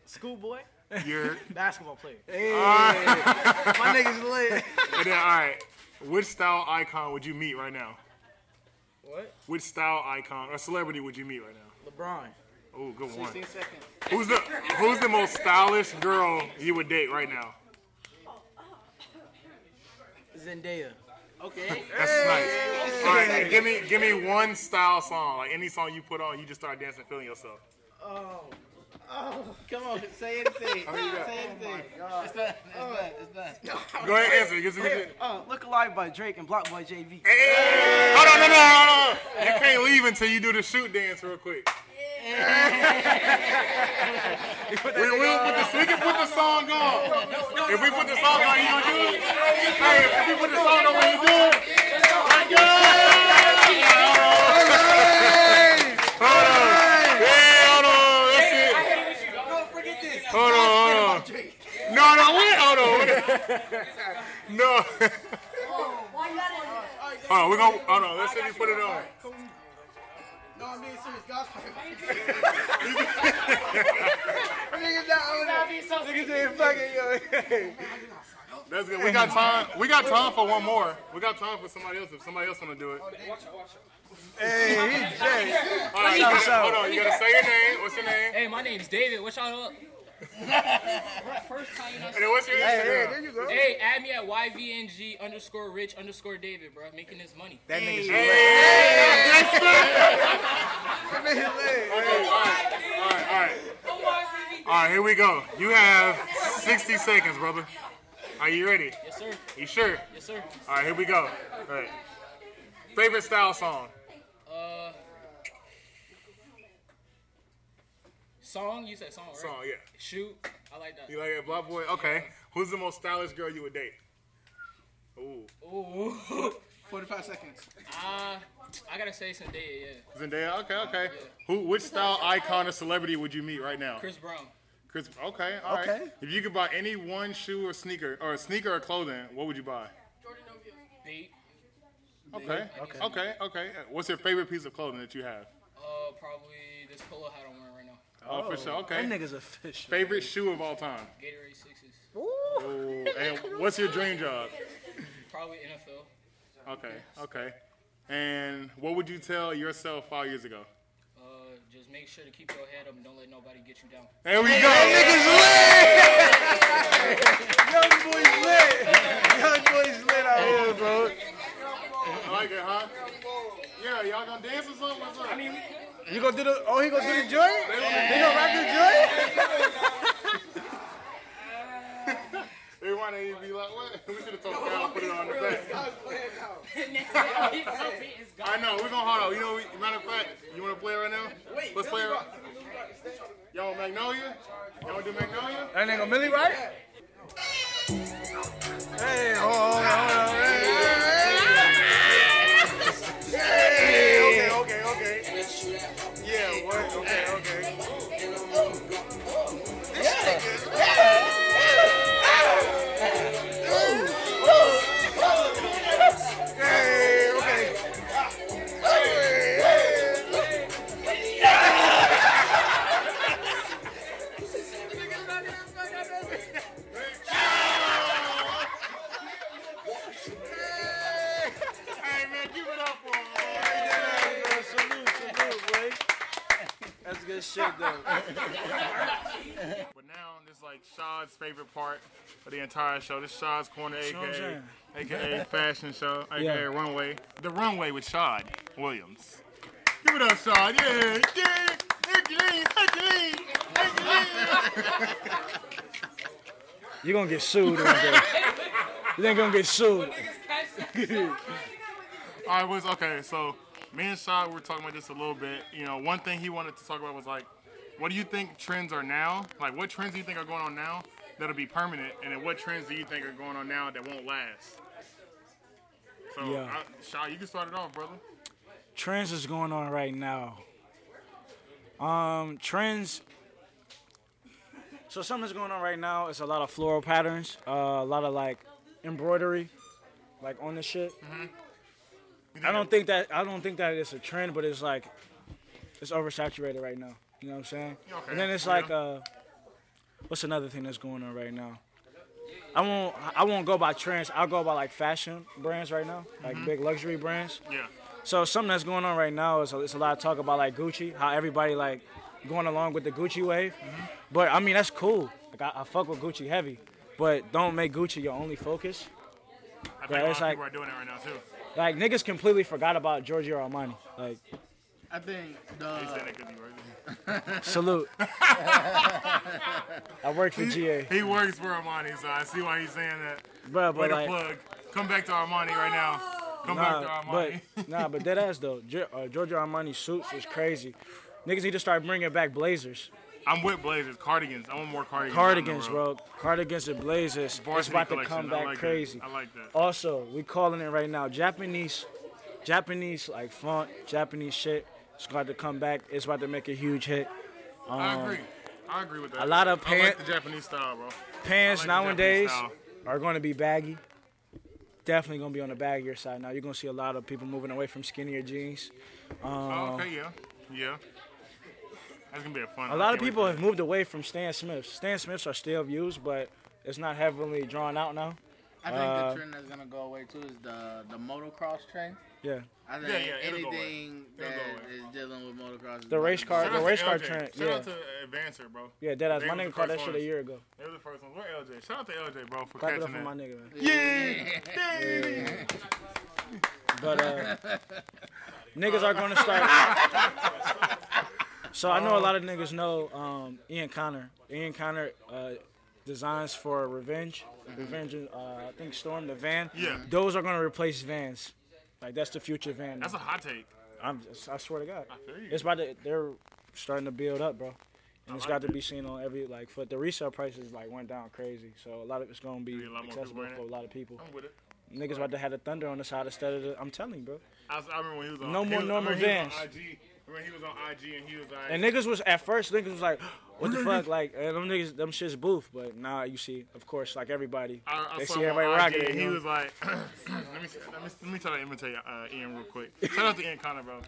[SPEAKER 6] Schoolboy.
[SPEAKER 2] Your
[SPEAKER 6] Basketball player.
[SPEAKER 2] and
[SPEAKER 6] My nigga's lit.
[SPEAKER 2] then, all right. Which style icon would you meet right now?
[SPEAKER 6] what?
[SPEAKER 2] Which style icon or celebrity would you meet right now?
[SPEAKER 6] LeBron.
[SPEAKER 2] Oh, good one.
[SPEAKER 6] seconds.
[SPEAKER 2] Who's the Who's the most stylish girl you would date right now?
[SPEAKER 6] Zendaya. Okay.
[SPEAKER 2] That's nice. All right, and give me give me one style song, like any song you put on, you just start dancing, feeling yourself.
[SPEAKER 6] Oh. Oh, come on, say anything.
[SPEAKER 2] Oh,
[SPEAKER 6] say anything. It's done. It's done. It's done.
[SPEAKER 2] Go ahead, answer. Get your- get your-
[SPEAKER 6] Oh, Look Alive by Drake and Block by JV.
[SPEAKER 2] Hey! Hold on, no, no, no, no. You can't leave until you do the shoot dance real quick. we, we'll put the, we can put the song on. if we put the song on, you gonna do it? Hey, if we put the song on, when you do it? Thank you. Hold on. Yeah, hold on. That's it. Hold on, hold on. No, no, wait, hold on. wait. No. Oh, we're gonna. Oh no, let's see if you put it on.
[SPEAKER 6] No, I'm being serious. God's fucking
[SPEAKER 2] That's good. We got time. We got time for one more. We got time for somebody else if somebody else wanna do it. Hey, he's All right, you gotta, hold on. You gotta say your name. What's your name?
[SPEAKER 5] Hey, my name's David. What y'all up? First time you know.
[SPEAKER 2] And then what's your
[SPEAKER 6] Hey, hey,
[SPEAKER 2] Instagram?
[SPEAKER 6] there you go.
[SPEAKER 5] Hey, add me at YVNG underscore rich underscore David, bro. Making this money.
[SPEAKER 6] That nigga's That nigga's lit.
[SPEAKER 2] Hey, all right, all right, all right.
[SPEAKER 5] Come on, baby.
[SPEAKER 2] All right, here we go. You have 60 seconds, brother. Are you ready?
[SPEAKER 5] Yes, sir.
[SPEAKER 2] You sure?
[SPEAKER 5] Yes, sir.
[SPEAKER 2] All right, here we go. All right. Favorite style song?
[SPEAKER 5] Uh, song? You said song, right?
[SPEAKER 2] Song, yeah.
[SPEAKER 5] Shoot. I like that.
[SPEAKER 2] You like it, Block Boy? Okay. Who's the most stylish girl you would date? Ooh.
[SPEAKER 5] Ooh.
[SPEAKER 6] 45 seconds.
[SPEAKER 5] Uh, I gotta say Zendaya, yeah.
[SPEAKER 2] Zendaya? Okay, okay. Who? Which style icon or celebrity would you meet right now?
[SPEAKER 5] Chris Brown.
[SPEAKER 2] Chris. Okay, all right.
[SPEAKER 6] Okay.
[SPEAKER 2] If you could buy any one shoe or sneaker, or sneaker or clothing, what would you buy?
[SPEAKER 5] Beat.
[SPEAKER 2] Okay, okay, okay, okay. What's your favorite piece of clothing that you have?
[SPEAKER 5] Uh, probably this polo hat I'm wearing right now.
[SPEAKER 2] Oh, for sure. Okay.
[SPEAKER 3] That nigga's official.
[SPEAKER 2] Favorite shoe of all time.
[SPEAKER 5] Gatorade Sixes.
[SPEAKER 2] Ooh, and what's your dream job?
[SPEAKER 5] Probably NFL.
[SPEAKER 2] Okay, okay. And what would you tell yourself five years ago?
[SPEAKER 5] Uh, just make sure to keep your head up and don't let nobody get you down.
[SPEAKER 2] There we go. Niggas
[SPEAKER 6] Young boy's lit. Young boy's lit out here, bro.
[SPEAKER 2] lit. I like it, huh? Yeah, y'all gonna dance or something? What's up? I mean,
[SPEAKER 6] You gonna do the? Oh, he gonna do the joint? He gonna rock the joint?
[SPEAKER 2] everyone ain't be like, what? We should have told Kyle to put it on the back. I know. We're gonna hold on. You know, we, matter of fact, you wanna play right now? Wait, let's play. Right? Y'all want Magnolia? Y'all wanna do Magnolia?
[SPEAKER 6] That nigga Millie, right? Hey, hold on, hold on, hold on. Hey,
[SPEAKER 2] Hey, okay, okay, okay. Yeah, what? Okay, okay.
[SPEAKER 6] hey, okay.
[SPEAKER 2] Hey, man, give it up for him.
[SPEAKER 3] Salute, salute, boy. That's good shit, though.
[SPEAKER 2] But now this is like Shaw's favorite part of the entire show. This is Shaw's corner, aka,
[SPEAKER 3] Jam.
[SPEAKER 2] aka fashion show, aka
[SPEAKER 3] Yeah.
[SPEAKER 2] runway. The runway with Shad Williams. Give it up, Shad. Yeah, yeah. Hercules, Hercules, Hercules.
[SPEAKER 3] You're gonna get sued one day. You ain't gonna get sued.
[SPEAKER 2] All right, was okay. So me and Shad were talking about this a little bit. You know, one thing he wanted to talk about was like, what do you think trends are now? Like, what trends do you think are going on now that'll be permanent, and then what trends do you think are going on now that won't last? So,
[SPEAKER 3] Yeah.
[SPEAKER 2] I, Shaw, you can start it off, brother.
[SPEAKER 3] trends is going on right now. Um, trends. So something's going on right now. It's a lot of floral patterns, uh, a lot of like embroidery, like on the shit.
[SPEAKER 2] Mm-hmm.
[SPEAKER 3] I don't think that I don't think that it's a trend, but it's like it's oversaturated right now. You know what I'm saying?
[SPEAKER 2] Okay.
[SPEAKER 3] And then it's
[SPEAKER 2] Yeah.
[SPEAKER 3] like uh, what's another thing that's going on right now? I won't I won't go by trends. I'll go by like fashion brands right now, like
[SPEAKER 2] Mm-hmm.
[SPEAKER 3] big luxury brands.
[SPEAKER 2] Yeah.
[SPEAKER 3] So something that's going on right now is it's a lot of talk about like Gucci, how everybody like going along with the Gucci wave.
[SPEAKER 2] Mm-hmm.
[SPEAKER 3] But I mean that's cool. Like I, I fuck with Gucci heavy, but don't make Gucci your only focus.
[SPEAKER 2] I think
[SPEAKER 3] Yeah,
[SPEAKER 2] a lot
[SPEAKER 3] it's
[SPEAKER 2] of
[SPEAKER 3] like-
[SPEAKER 2] people are doing it right now too.
[SPEAKER 3] Like niggas completely forgot about Giorgio Armani. Like
[SPEAKER 4] I think
[SPEAKER 2] They
[SPEAKER 4] the
[SPEAKER 2] said it could be right.
[SPEAKER 3] salute. I work for GA,
[SPEAKER 2] He works for Armani, so I see why he's saying that.
[SPEAKER 3] bro.
[SPEAKER 2] Way
[SPEAKER 3] But
[SPEAKER 2] to
[SPEAKER 3] like,
[SPEAKER 2] plug. Come back to Armani right now. Come back to
[SPEAKER 3] nah,
[SPEAKER 2] Armani.
[SPEAKER 3] but nah, but dead ass though. Gi- uh, Giorgio Armani suits is crazy. Niggas need to start bringing back blazers,
[SPEAKER 2] I'm with Blazers, cardigans. I want more cardigans. out in the
[SPEAKER 3] cardigans,
[SPEAKER 2] world.
[SPEAKER 3] bro. Cardigans and blazers. it's
[SPEAKER 2] Varsity
[SPEAKER 3] about to
[SPEAKER 2] collection.
[SPEAKER 3] come
[SPEAKER 2] I
[SPEAKER 3] back
[SPEAKER 2] like that.
[SPEAKER 3] crazy. Um,
[SPEAKER 2] I like that.
[SPEAKER 3] Also, we calling it right now. Japanese, Japanese like font, Japanese shit. It's about to come back. It's about to make a huge hit.
[SPEAKER 2] I agree. I agree with that.
[SPEAKER 3] a lot of
[SPEAKER 2] I like
[SPEAKER 3] pant-
[SPEAKER 2] the Japanese style,
[SPEAKER 3] Uh,
[SPEAKER 2] bro.
[SPEAKER 3] Pants
[SPEAKER 2] I like the
[SPEAKER 3] nowadays
[SPEAKER 2] Japanese
[SPEAKER 3] are going to be baggy. Definitely going to be on the baggier side now. You're going to see a lot of people moving away from skinnier jeans.
[SPEAKER 2] Oh, okay, yeah, yeah. That's gonna be a fun.
[SPEAKER 3] A lot of people have moved away from Stan Smiths. Stan Smiths are still used, but it's not heavily drawn out now.
[SPEAKER 6] I think
[SPEAKER 3] Uh,
[SPEAKER 6] the trend that's gonna go away too is the the motocross trend.
[SPEAKER 3] Yeah,
[SPEAKER 6] I think
[SPEAKER 2] Yeah, yeah, it'll go away.
[SPEAKER 6] anything
[SPEAKER 2] It'll go
[SPEAKER 6] that
[SPEAKER 2] away.
[SPEAKER 6] is dealing with motocross. is
[SPEAKER 3] The
[SPEAKER 6] not
[SPEAKER 3] race
[SPEAKER 6] gonna
[SPEAKER 3] car-
[SPEAKER 6] go
[SPEAKER 2] Shout out
[SPEAKER 3] the
[SPEAKER 2] to
[SPEAKER 3] race car
[SPEAKER 2] LJ.
[SPEAKER 3] trend,
[SPEAKER 2] Shout out to
[SPEAKER 3] yeah.
[SPEAKER 2] Advancer, bro.
[SPEAKER 3] yeah, dead ass.
[SPEAKER 2] They
[SPEAKER 3] My
[SPEAKER 2] was the
[SPEAKER 3] nigga called that
[SPEAKER 2] first
[SPEAKER 3] shit a
[SPEAKER 2] ones.
[SPEAKER 3] year ago.
[SPEAKER 2] They were the first ones. Where LJ? Shout out to LJ, bro, for
[SPEAKER 3] Clap it up
[SPEAKER 2] catching
[SPEAKER 3] for
[SPEAKER 2] that.
[SPEAKER 3] my nigga, man.
[SPEAKER 2] Yeah.
[SPEAKER 3] But uh, niggas are going to start. so I know a lot of niggas know um, Ian Connor. Ian Connor uh, designs for Revenge, Revenge, and, uh, I think Storm the van.
[SPEAKER 2] Yeah.
[SPEAKER 3] Those are going to replace vans. Like that's the future van.
[SPEAKER 2] That's a hot take.
[SPEAKER 3] I'm just, I swear to God,
[SPEAKER 2] feel you.
[SPEAKER 3] it's about to. They're starting to build up, bro. And it's got to be seen on every like foot. The resale prices like went down crazy, so a lot of it's gonna be
[SPEAKER 2] Be a lot more people
[SPEAKER 3] accessible
[SPEAKER 2] wearing
[SPEAKER 3] for a
[SPEAKER 2] it. Oh,
[SPEAKER 3] lot of people.
[SPEAKER 2] I'm with it.
[SPEAKER 3] Niggas about to have the thunder on the side instead of the. I'm telling you, bro.
[SPEAKER 2] I, was- I remember when he was on.
[SPEAKER 3] No
[SPEAKER 2] he
[SPEAKER 3] more
[SPEAKER 2] was, I
[SPEAKER 3] normal
[SPEAKER 2] remember he was
[SPEAKER 3] Vans.
[SPEAKER 2] on IG. Remember he was on IG and he was like.
[SPEAKER 3] And niggas was at first niggas was like, what the fuck? Like and them niggas them shit's booth, but now you see, of course, like everybody.
[SPEAKER 2] I, I
[SPEAKER 3] they
[SPEAKER 2] saw
[SPEAKER 3] see
[SPEAKER 2] him on
[SPEAKER 3] everybody
[SPEAKER 2] IG,
[SPEAKER 3] rocking it.
[SPEAKER 2] and He
[SPEAKER 3] you know?
[SPEAKER 2] was like, let me let me let me try to imitate uh, Ian real quick. Shout out to Ian Connor, bro.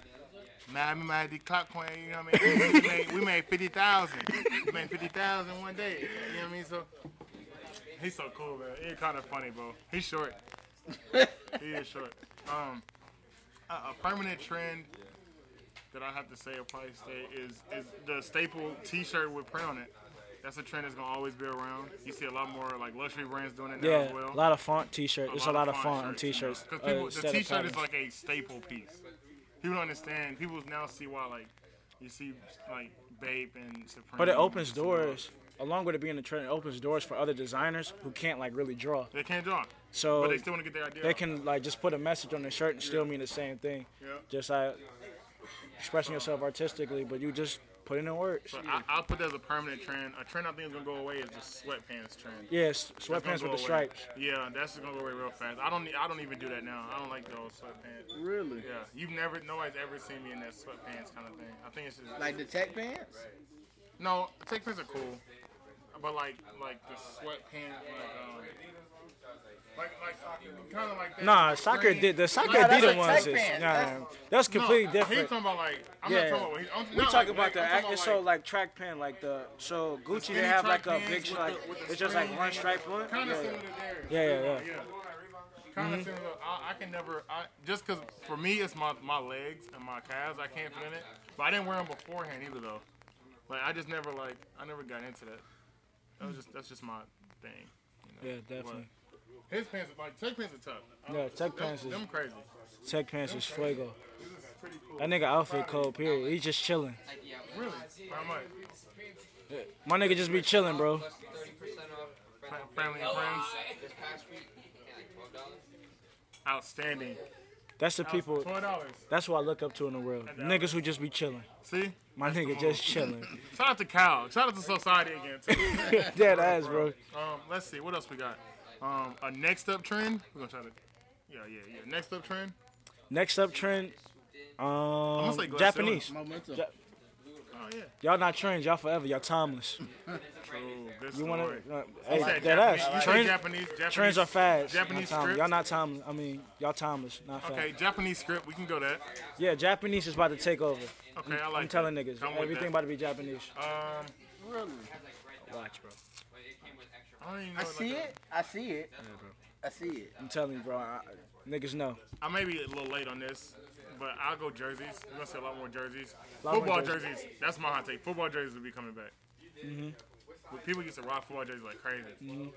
[SPEAKER 2] Man, I remember I had the clock coin. You know what I mean? We made, we made fifty thousand. We made fifty thousand one day. You know what I mean? So he's so cool, man. Ian Connor funny, bro. He's short. he is short. Um, a, a permanent trend that I have to say will probably stay is is the staple T-shirt with print on it. That's a trend that's gonna always be around. You see a lot more like luxury brands doing it now
[SPEAKER 3] yeah,
[SPEAKER 2] as well.
[SPEAKER 3] a lot of font T-shirt. It's a lot of font on
[SPEAKER 2] shirts.
[SPEAKER 3] T-shirts.
[SPEAKER 2] 'Cause
[SPEAKER 3] uh,
[SPEAKER 2] people-
[SPEAKER 3] instead
[SPEAKER 2] the
[SPEAKER 3] of
[SPEAKER 2] T-shirt is
[SPEAKER 3] patterns.
[SPEAKER 2] like a staple piece. People don't understand. People now see why like you see like Bape and Supreme.
[SPEAKER 3] but it opens
[SPEAKER 2] and some of
[SPEAKER 3] doors. Along with it being a trend, it opens doors for other designers who can't like really draw.
[SPEAKER 2] those. They can't draw,
[SPEAKER 3] So
[SPEAKER 2] but they still want to get their idea.
[SPEAKER 3] they
[SPEAKER 2] out.
[SPEAKER 3] can like just put a message on the shirt and still mean the same thing.
[SPEAKER 2] Yeah.
[SPEAKER 3] Just like expressing yourself artistically, but you just put it in words.
[SPEAKER 2] But I, I'll put that as a permanent trend. A trend I think is gonna go away is the sweatpants trend.
[SPEAKER 3] Yes,
[SPEAKER 2] That's gonna
[SPEAKER 3] sweatpants with the
[SPEAKER 2] go away.
[SPEAKER 3] stripes.
[SPEAKER 2] Yeah, that's just gonna go away real fast. I don't. I don't even do that now. I don't like those sweatpants.
[SPEAKER 4] Really?
[SPEAKER 2] Yeah, you've never. Nobody's ever seen me in that sweatpants kind of thing. I think it's just
[SPEAKER 4] Like the tech pants?
[SPEAKER 2] No, take pictures are cool, but like like the sweatpants, like um, like like kind of like that.
[SPEAKER 3] Nah, soccer did the soccer
[SPEAKER 2] that's
[SPEAKER 3] Adidas
[SPEAKER 2] a
[SPEAKER 3] ones.
[SPEAKER 4] tech
[SPEAKER 3] Is,
[SPEAKER 4] band.
[SPEAKER 3] nah,
[SPEAKER 4] That's-
[SPEAKER 3] nah, that's
[SPEAKER 2] No,
[SPEAKER 3] completely
[SPEAKER 2] He's
[SPEAKER 3] different.
[SPEAKER 2] talking about like I'm
[SPEAKER 3] Yeah,
[SPEAKER 2] not talking about. What he, I'm,
[SPEAKER 3] we
[SPEAKER 2] no,
[SPEAKER 3] talk
[SPEAKER 2] like,
[SPEAKER 3] about the
[SPEAKER 2] I'm talking
[SPEAKER 3] act. It's so
[SPEAKER 2] about,
[SPEAKER 3] like track pin, like the so Gucci
[SPEAKER 2] skinny
[SPEAKER 3] they have
[SPEAKER 2] track
[SPEAKER 3] like a
[SPEAKER 2] pants
[SPEAKER 3] big
[SPEAKER 2] with
[SPEAKER 3] like
[SPEAKER 2] the- with the
[SPEAKER 3] it's just like
[SPEAKER 2] string
[SPEAKER 3] one
[SPEAKER 2] hanging.
[SPEAKER 3] stripe on. it.
[SPEAKER 2] kind of
[SPEAKER 3] Yeah,
[SPEAKER 2] similar to theirs.
[SPEAKER 3] Yeah, yeah, Mm-hmm.
[SPEAKER 2] yeah. Kind of similar. I, I can never. I just because for me it's my my legs and my calves. I can't fit in it. But I didn't wear them beforehand either though. Like I just never like I never got into that. That was just that's just my thing.
[SPEAKER 3] yeah, definitely.
[SPEAKER 2] His pants are like tech pants are tough. I
[SPEAKER 3] Yeah, tech
[SPEAKER 2] Them-
[SPEAKER 3] pants is
[SPEAKER 2] Them crazy.
[SPEAKER 3] tech pants is fuego.
[SPEAKER 2] This is pretty cool.
[SPEAKER 3] That nigga outfit cold. Period. He just chilling.
[SPEAKER 2] Really? How much?
[SPEAKER 3] My nigga just be chilling, bro.
[SPEAKER 2] Fa- Family and friends. Outstanding.
[SPEAKER 3] That's the people.
[SPEAKER 2] Twelve dollars.
[SPEAKER 3] That's who I look up to in the world. Niggas who just be chilling.
[SPEAKER 2] See?
[SPEAKER 3] My nigga just chilling.
[SPEAKER 2] Shout out to Cal. Shout out to Society again. Too.
[SPEAKER 3] Dead ass, bro.
[SPEAKER 2] um, let's see. What else we got? Um, a next up trend. We're gonna try to. Yeah, yeah, yeah. Next up trend.
[SPEAKER 3] Next up trend, um,
[SPEAKER 2] say Glacial.
[SPEAKER 3] Japanese.
[SPEAKER 4] Momentum.
[SPEAKER 3] Ja-
[SPEAKER 2] Oh yeah.
[SPEAKER 3] Y'all not trends. Y'all forever. Y'all timeless.
[SPEAKER 2] True. This
[SPEAKER 3] You
[SPEAKER 2] story.
[SPEAKER 3] wanna? Uh, hey,
[SPEAKER 2] You said
[SPEAKER 3] dead
[SPEAKER 2] Japanese- you
[SPEAKER 3] ass.
[SPEAKER 2] said
[SPEAKER 3] Trends,
[SPEAKER 2] Japanese, Japanese.
[SPEAKER 3] trends are fads.
[SPEAKER 2] Japanese
[SPEAKER 3] not timeless.
[SPEAKER 2] script.
[SPEAKER 3] Y'all not timeless. I mean, y'all timeless, not fast.
[SPEAKER 2] Okay, Japanese script. We can go that.
[SPEAKER 3] Yeah, Japanese is about to take over.
[SPEAKER 2] Okay, I like.
[SPEAKER 3] I'm telling
[SPEAKER 2] that.
[SPEAKER 3] niggas,
[SPEAKER 2] Come with
[SPEAKER 3] everything
[SPEAKER 2] that.
[SPEAKER 3] about to be Japanese.
[SPEAKER 2] Um,
[SPEAKER 3] Watch, bro.
[SPEAKER 2] I don't even know.
[SPEAKER 4] I
[SPEAKER 2] like,
[SPEAKER 4] see
[SPEAKER 2] the-
[SPEAKER 4] it. I see it. I see it.
[SPEAKER 3] I'm telling you, bro. I, niggas know.
[SPEAKER 2] I may be a little late on this, but I'll go jerseys. We're gonna see a lot more jerseys.
[SPEAKER 3] Lot more
[SPEAKER 2] football
[SPEAKER 3] jerseys. Mm-hmm.
[SPEAKER 2] jerseys. That's my hot take. Football jerseys will be coming back. But people used to rock football jerseys like crazy.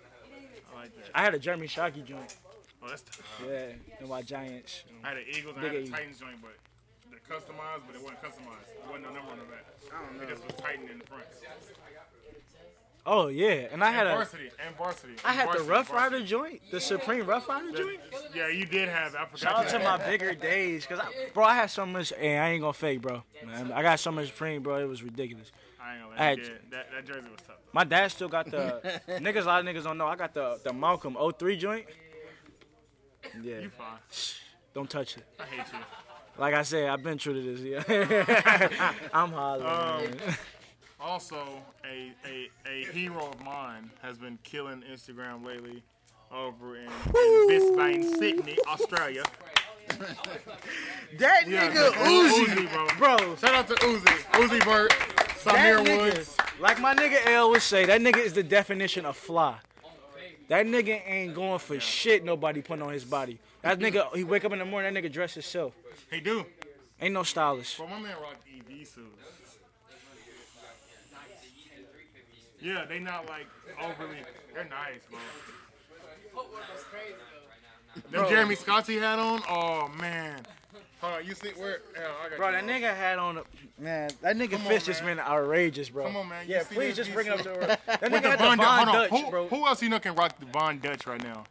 [SPEAKER 2] I like that.
[SPEAKER 3] I had a Jeremy Shockey joint.
[SPEAKER 2] Oh, that's tough.
[SPEAKER 3] Yeah, and my Giants.
[SPEAKER 2] I had an Eagles and I had
[SPEAKER 3] Nigga,
[SPEAKER 2] a
[SPEAKER 3] you-
[SPEAKER 2] Titans joint, but they're customized, but it wasn't customized. It wasn't no number on the back. I don't know. It just was Titan in the front.
[SPEAKER 3] Oh yeah, and I had
[SPEAKER 2] And
[SPEAKER 3] a.
[SPEAKER 2] varsity. And varsity.
[SPEAKER 3] I
[SPEAKER 2] and
[SPEAKER 3] had the
[SPEAKER 2] varsity,
[SPEAKER 3] Rough
[SPEAKER 2] varsity.
[SPEAKER 3] Rider joint, the Supreme Rough Rider joint.
[SPEAKER 2] Yeah, you did have. I forgot.
[SPEAKER 3] Shout out
[SPEAKER 2] you
[SPEAKER 3] to
[SPEAKER 2] had-
[SPEAKER 3] my bigger days, cause I, bro, I had so much. And I ain't gonna fake, bro. Man, I got so much Supreme, bro. It was ridiculous.
[SPEAKER 2] I ain't gonna
[SPEAKER 3] I
[SPEAKER 2] lie.
[SPEAKER 3] had-
[SPEAKER 2] you did. That, that jersey was tough.
[SPEAKER 3] My dad still got the niggas. A lot of niggas don't know. I got the the Malcolm 03 joint. Yeah,
[SPEAKER 2] You fine.
[SPEAKER 3] don't touch it.
[SPEAKER 2] I hate you.
[SPEAKER 3] Like I said, I've been true to this. Yeah,
[SPEAKER 2] Um,
[SPEAKER 3] I'm hollering. man.
[SPEAKER 2] Also, a, a a hero of mine has been killing Instagram lately over in, in Brisbane, Sydney, Australia.
[SPEAKER 4] That
[SPEAKER 2] Yeah,
[SPEAKER 4] nigga Uzi,
[SPEAKER 2] Uzi, bro.
[SPEAKER 4] bro.
[SPEAKER 2] Shout out to Uzi. Uzi Burt, Samir
[SPEAKER 4] nigga-
[SPEAKER 2] Woods.
[SPEAKER 3] Like my nigga L would say, that nigga is the definition of fly. That nigga ain't going for shit. Nobody putting on his body. That nigga, he wake up in the morning. That nigga dress himself.
[SPEAKER 2] Hey, dude.
[SPEAKER 3] Ain't no stylist.
[SPEAKER 2] But my man rocked EV suits. Yeah, they not like overly. They're nice, bro. Them Jeremy Scotts he had on. Oh man. Hold on, you see where? Yeah, I got
[SPEAKER 3] Bro,
[SPEAKER 2] you,
[SPEAKER 3] that nigga had on a man. That nigga
[SPEAKER 2] Come on,
[SPEAKER 3] fist just
[SPEAKER 2] man.
[SPEAKER 3] been outrageous, bro.
[SPEAKER 2] Come on, man. You
[SPEAKER 3] Yeah,
[SPEAKER 2] see
[SPEAKER 3] please
[SPEAKER 2] this
[SPEAKER 3] just bring it up
[SPEAKER 2] DC?
[SPEAKER 3] to her. That nigga
[SPEAKER 2] With the
[SPEAKER 3] had
[SPEAKER 2] Von
[SPEAKER 3] the
[SPEAKER 2] Dutch.
[SPEAKER 3] Von
[SPEAKER 2] Hold on.
[SPEAKER 3] Dutch,
[SPEAKER 2] Who,
[SPEAKER 3] bro.
[SPEAKER 2] who else you know can rock the Von Dutch right now?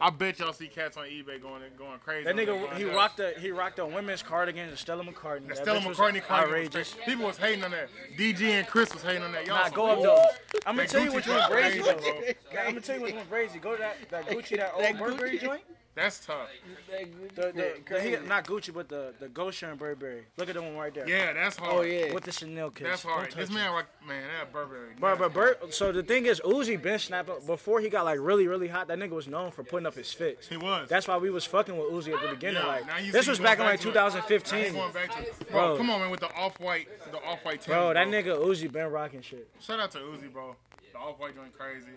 [SPEAKER 2] I bet y'all see cats on eBay going going crazy.
[SPEAKER 3] That
[SPEAKER 2] over the
[SPEAKER 3] nigga,
[SPEAKER 2] Von
[SPEAKER 3] he
[SPEAKER 2] Dutch.
[SPEAKER 3] rocked a he rocked a women's cardigan, the Stella
[SPEAKER 2] The
[SPEAKER 3] McCartney. That
[SPEAKER 2] Stella
[SPEAKER 3] bitch was
[SPEAKER 2] McCartney card was
[SPEAKER 3] outrageous.
[SPEAKER 2] crazy. People was hating on that. DG and Chris was hating on that. Y'all
[SPEAKER 3] Nah,
[SPEAKER 2] some
[SPEAKER 3] go up
[SPEAKER 2] fools.
[SPEAKER 3] though. I'm gonna
[SPEAKER 2] That
[SPEAKER 3] tell you
[SPEAKER 2] Gucci
[SPEAKER 3] which
[SPEAKER 2] shit
[SPEAKER 3] one's
[SPEAKER 2] crazy,
[SPEAKER 3] crazy though.
[SPEAKER 2] bro.
[SPEAKER 3] I'm gonna tell you which one's crazy. Go to that, that Gucci, that old Burberry joint.
[SPEAKER 2] That's tough.
[SPEAKER 3] The, the, the, he- not Gucci, but the the Gosher and Burberry. Look at the one right there.
[SPEAKER 2] Yeah, that's hard.
[SPEAKER 4] Oh yeah.
[SPEAKER 3] With the Chanel kiss.
[SPEAKER 2] That's
[SPEAKER 3] Don't
[SPEAKER 2] hard.
[SPEAKER 3] touch
[SPEAKER 2] This
[SPEAKER 3] it.
[SPEAKER 2] man, rock, man, that Burberry.
[SPEAKER 3] Bro, but Bur- so the thing is, Uzi been snapping before he got like really, really hot. That nigga was known for putting up his fits.
[SPEAKER 2] He was.
[SPEAKER 3] That's why we was fucking with Uzi at the
[SPEAKER 2] Yeah,
[SPEAKER 3] beginning.
[SPEAKER 2] now you
[SPEAKER 3] like
[SPEAKER 2] see
[SPEAKER 3] this
[SPEAKER 2] he
[SPEAKER 3] was
[SPEAKER 2] going
[SPEAKER 3] back in
[SPEAKER 2] back
[SPEAKER 3] like
[SPEAKER 2] to it. Now he's
[SPEAKER 3] 2015.
[SPEAKER 2] going back to bro,
[SPEAKER 3] Bro.
[SPEAKER 2] Come on, man, with the off white, the off white.
[SPEAKER 3] Bro, that nigga Uzi been rocking shit.
[SPEAKER 2] Shout out to Uzi, bro. The off white joint crazy.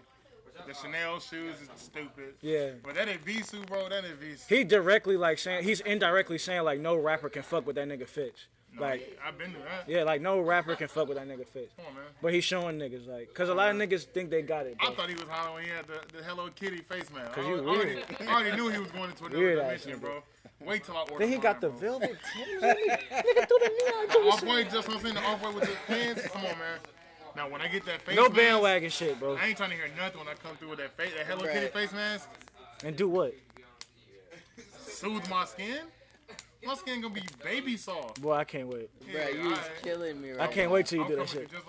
[SPEAKER 2] The Chanel shoes is stupid.
[SPEAKER 3] Yeah.
[SPEAKER 2] But that Evisu, bro, that Evisu.
[SPEAKER 3] He directly like saying he's indirectly saying like no rapper can fuck with that nigga Fitch. Like
[SPEAKER 2] I've been to that.
[SPEAKER 3] yeah, like no rapper can fuck with that nigga Fitch.
[SPEAKER 2] Come on, man.
[SPEAKER 3] But he's showing niggas like, cause a lot of niggas think they got it.
[SPEAKER 2] I
[SPEAKER 3] Bro.
[SPEAKER 2] thought he was hot when he had the, the Hello Kitty face mask. I,
[SPEAKER 3] you
[SPEAKER 2] was- I
[SPEAKER 3] weird.
[SPEAKER 2] already, I already knew he was going into another
[SPEAKER 3] Weird ass
[SPEAKER 2] dimension, bro. Wait till I order.
[SPEAKER 3] Then he
[SPEAKER 2] mine,
[SPEAKER 3] got the
[SPEAKER 2] bro.
[SPEAKER 3] velvet tips. Nigga threw the neon
[SPEAKER 2] Off
[SPEAKER 3] juice.
[SPEAKER 2] white, just what I'm saying, the off white with the pants. Come on, man. Now when I get that face
[SPEAKER 3] No
[SPEAKER 2] mask,
[SPEAKER 3] bandwagon shit, bro.
[SPEAKER 2] I ain't trying to hear nothing when I come through with that face, that Hello Kitty face mask.
[SPEAKER 3] And do what?
[SPEAKER 2] Soothe my skin. My skin gonna be baby soft.
[SPEAKER 3] Boy, I can't wait.
[SPEAKER 2] Yeah,
[SPEAKER 4] Bro, you is
[SPEAKER 2] alright.
[SPEAKER 4] killing me
[SPEAKER 3] I
[SPEAKER 4] right
[SPEAKER 3] can't wait till you
[SPEAKER 2] I'm
[SPEAKER 3] do
[SPEAKER 2] coming
[SPEAKER 3] that
[SPEAKER 2] to you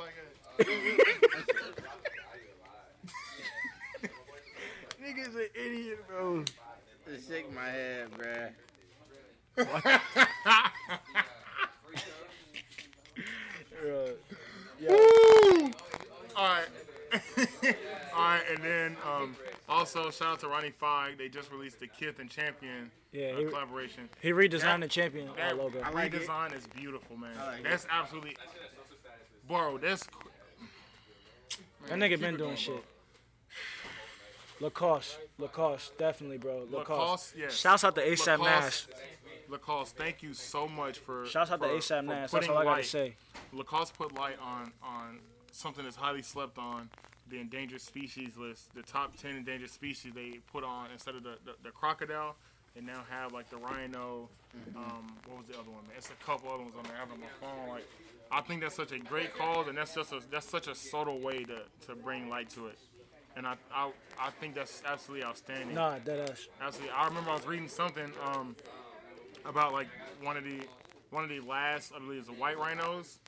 [SPEAKER 3] shit.
[SPEAKER 2] just like that.
[SPEAKER 3] Nigga's an idiot, bro.
[SPEAKER 4] now. It Shake my head, bruh.
[SPEAKER 2] All right. All right, and then um, also shout out to Ronnie Fogg. They just released the Kith and Champion
[SPEAKER 3] Yeah,
[SPEAKER 2] uh,
[SPEAKER 3] he-
[SPEAKER 2] collaboration.
[SPEAKER 3] He redesigned
[SPEAKER 2] That-
[SPEAKER 3] the champion uh,
[SPEAKER 2] That
[SPEAKER 3] logo.
[SPEAKER 4] like it.
[SPEAKER 2] redesign is beautiful, man.
[SPEAKER 4] like it.
[SPEAKER 2] that's absolutely, bro. That's
[SPEAKER 3] That nigga been
[SPEAKER 2] it
[SPEAKER 3] doing
[SPEAKER 2] going,
[SPEAKER 3] shit. Lacoste, Lacoste, definitely, bro. Lacoste.
[SPEAKER 2] Lacoste, yes.
[SPEAKER 3] Shouts out to ASAP Nash.
[SPEAKER 2] Lacoste. Lacoste. Thank you so much for.
[SPEAKER 3] Shouts out to
[SPEAKER 2] for-
[SPEAKER 3] ASAP
[SPEAKER 2] for
[SPEAKER 3] Nash. That's
[SPEAKER 2] putting
[SPEAKER 3] all I gotta
[SPEAKER 2] light-
[SPEAKER 3] say.
[SPEAKER 2] Lacoste put light on on something that's highly slept on, the endangered species list, the top ten endangered species they put on instead of the, the, the crocodile, they now have like the rhino. Um, what was the other one? Man? It's a couple other ones on there. I have it on my phone. Like, I think that's such a great cause, and that's just a, that's such a subtle way to, to bring light to it. And I, I I think that's absolutely outstanding.
[SPEAKER 3] Nah, that ass.
[SPEAKER 2] Absolutely. I remember I was reading something um, about like one of the one of the last I believe it's the white rhinos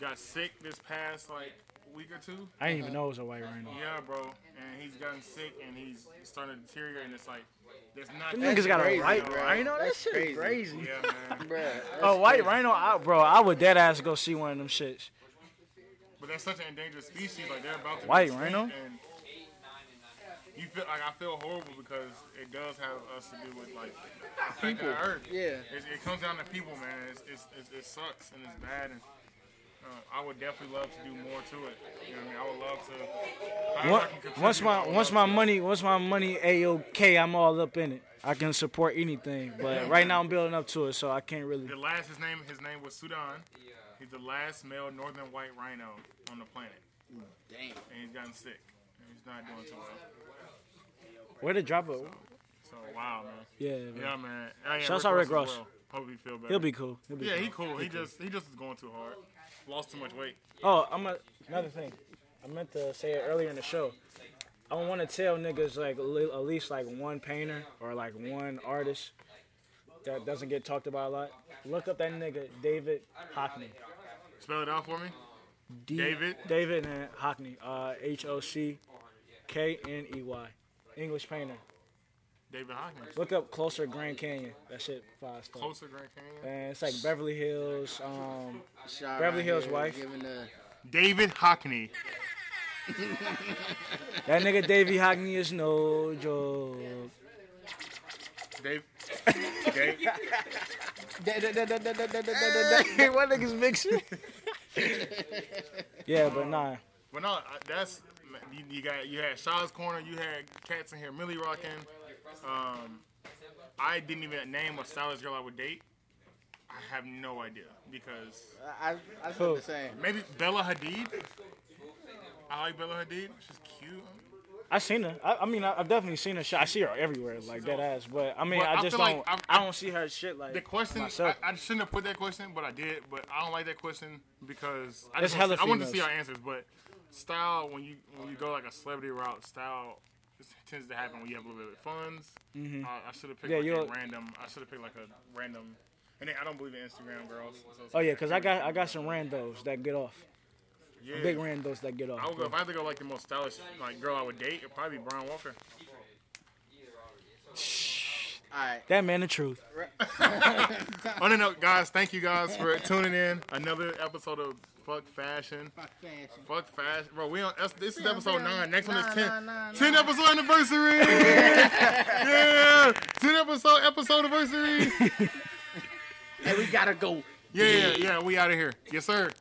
[SPEAKER 2] got sick this past like week or two.
[SPEAKER 3] I didn't even know it was a white rhino.
[SPEAKER 2] Yeah, bro. And he's gotten sick and he's starting to deteriorate and it's like there's not
[SPEAKER 3] Them
[SPEAKER 2] that
[SPEAKER 3] niggas got
[SPEAKER 4] crazy,
[SPEAKER 3] a white
[SPEAKER 4] bro.
[SPEAKER 3] rhino. That
[SPEAKER 4] That's
[SPEAKER 3] shit is
[SPEAKER 4] crazy.
[SPEAKER 3] crazy.
[SPEAKER 2] Yeah, man.
[SPEAKER 4] Bruh.
[SPEAKER 3] A white rhino, I, bro. I would dead ass go see one of them shits.
[SPEAKER 2] But that's such an endangered species. Like they're about to
[SPEAKER 3] White
[SPEAKER 2] be extinct,
[SPEAKER 3] rhino?
[SPEAKER 2] And you feel like I feel horrible because it does have us to do with like people. The earth.
[SPEAKER 4] Yeah.
[SPEAKER 2] It, it comes down to people, man. It's, it's, it's, it sucks and it's bad. And uh, I would definitely love to do more to it. You know what I mean? I would love to. however I
[SPEAKER 3] Once,
[SPEAKER 2] can contribute,
[SPEAKER 3] once
[SPEAKER 2] I
[SPEAKER 3] my
[SPEAKER 2] would
[SPEAKER 3] once
[SPEAKER 2] love
[SPEAKER 3] my money once my money a okay, I'm all up in it. I can support anything, but right now I'm building up to it, so I can't really.
[SPEAKER 2] to. The last his name his name was Sudan. He's the last male northern white rhino on the planet,
[SPEAKER 4] Damn.
[SPEAKER 2] and he's gotten sick. And he's not doing too well.
[SPEAKER 3] Where to drop it?
[SPEAKER 2] So wow, man.
[SPEAKER 3] Yeah, man.
[SPEAKER 2] Yeah, man. I am
[SPEAKER 3] Shouts out Rick
[SPEAKER 2] as
[SPEAKER 3] Ross.
[SPEAKER 2] well. Hope he feel better.
[SPEAKER 3] he'll be cool. He'll be
[SPEAKER 2] Yeah,
[SPEAKER 3] cool.
[SPEAKER 2] he cool. He just he just was going too hard. Lost too much weight.
[SPEAKER 3] Oh, I'm a, another thing. I meant to say it earlier in the show. I want to tell niggas like li- at least like one painter or like one artist that doesn't get talked about a lot. Look up that nigga David Hockney.
[SPEAKER 2] Spell it out for me.
[SPEAKER 3] D-
[SPEAKER 2] David?
[SPEAKER 3] David and Hockney. Uh, H O C K N E Y. English painter.
[SPEAKER 2] David Hawkins.
[SPEAKER 3] Look up closer Grand Canyon. That shit five star.
[SPEAKER 2] Closer Grand Canyon.
[SPEAKER 3] And it's like Beverly Hills. Um,
[SPEAKER 4] Shot
[SPEAKER 3] Beverly
[SPEAKER 4] right
[SPEAKER 3] Hills
[SPEAKER 4] here,
[SPEAKER 3] wife.
[SPEAKER 4] Giving the
[SPEAKER 2] David Hockney.
[SPEAKER 3] that nigga Davy Hockney is no joke.
[SPEAKER 2] Dave. Dave.
[SPEAKER 4] da, da, da, da, da, da, da, da, da.
[SPEAKER 3] what niggas mixing? yeah, but nah.
[SPEAKER 2] Well, no, I- that's you, you got you had Shaw's Corner, you had Cats in Here, Millie Rockin'. Um, I didn't even name a stylist girl I would date. I have no idea because
[SPEAKER 4] I, I, I feel the same.
[SPEAKER 2] maybe Bella Hadid. I like Bella Hadid. She's cute.
[SPEAKER 3] I seen her. I, I mean, I, I've definitely seen her. shit. I see her everywhere, like that ass. But I mean,
[SPEAKER 2] But
[SPEAKER 3] I
[SPEAKER 2] I
[SPEAKER 3] just
[SPEAKER 2] feel like
[SPEAKER 3] don't.
[SPEAKER 2] I'm-
[SPEAKER 3] I don't see her shit like
[SPEAKER 2] The question I,
[SPEAKER 3] myself.
[SPEAKER 2] I shouldn't have put that question, but I did. But I don't like that question because I
[SPEAKER 3] It's
[SPEAKER 2] just wanna
[SPEAKER 3] hella
[SPEAKER 2] see- I wanted to see
[SPEAKER 3] females.
[SPEAKER 2] our answers. But style when you when you go like a celebrity route, style is- tends to happen when you have a little bit of funds. I, I should have picked
[SPEAKER 3] Mm-hmm. Yeah,
[SPEAKER 2] like
[SPEAKER 3] you'll-
[SPEAKER 2] a random. I should have picked like a random. And I don't believe in Instagram girls. so it's
[SPEAKER 3] oh yeah,
[SPEAKER 2] like-
[SPEAKER 3] cause I got I got some randos that get off.
[SPEAKER 2] yeah.
[SPEAKER 3] Big randos that get off.
[SPEAKER 2] I would go,
[SPEAKER 3] bro.
[SPEAKER 2] if I had to go like the most stylish like girl I would date, it'd probably be Brian Walker.
[SPEAKER 4] All right.
[SPEAKER 3] That man, the truth.
[SPEAKER 2] On the note, guys, thank you guys for tuning in. Another episode of Fuck Fashion. Fuck fashion, bro. We on that's- this is episode nine. Next one is ten. ten episode anniversary. yeah, ten episode episode anniversary.
[SPEAKER 4] Hey, we gotta go.
[SPEAKER 2] Yeah, yeah, yeah. We out of here. Yes, sir.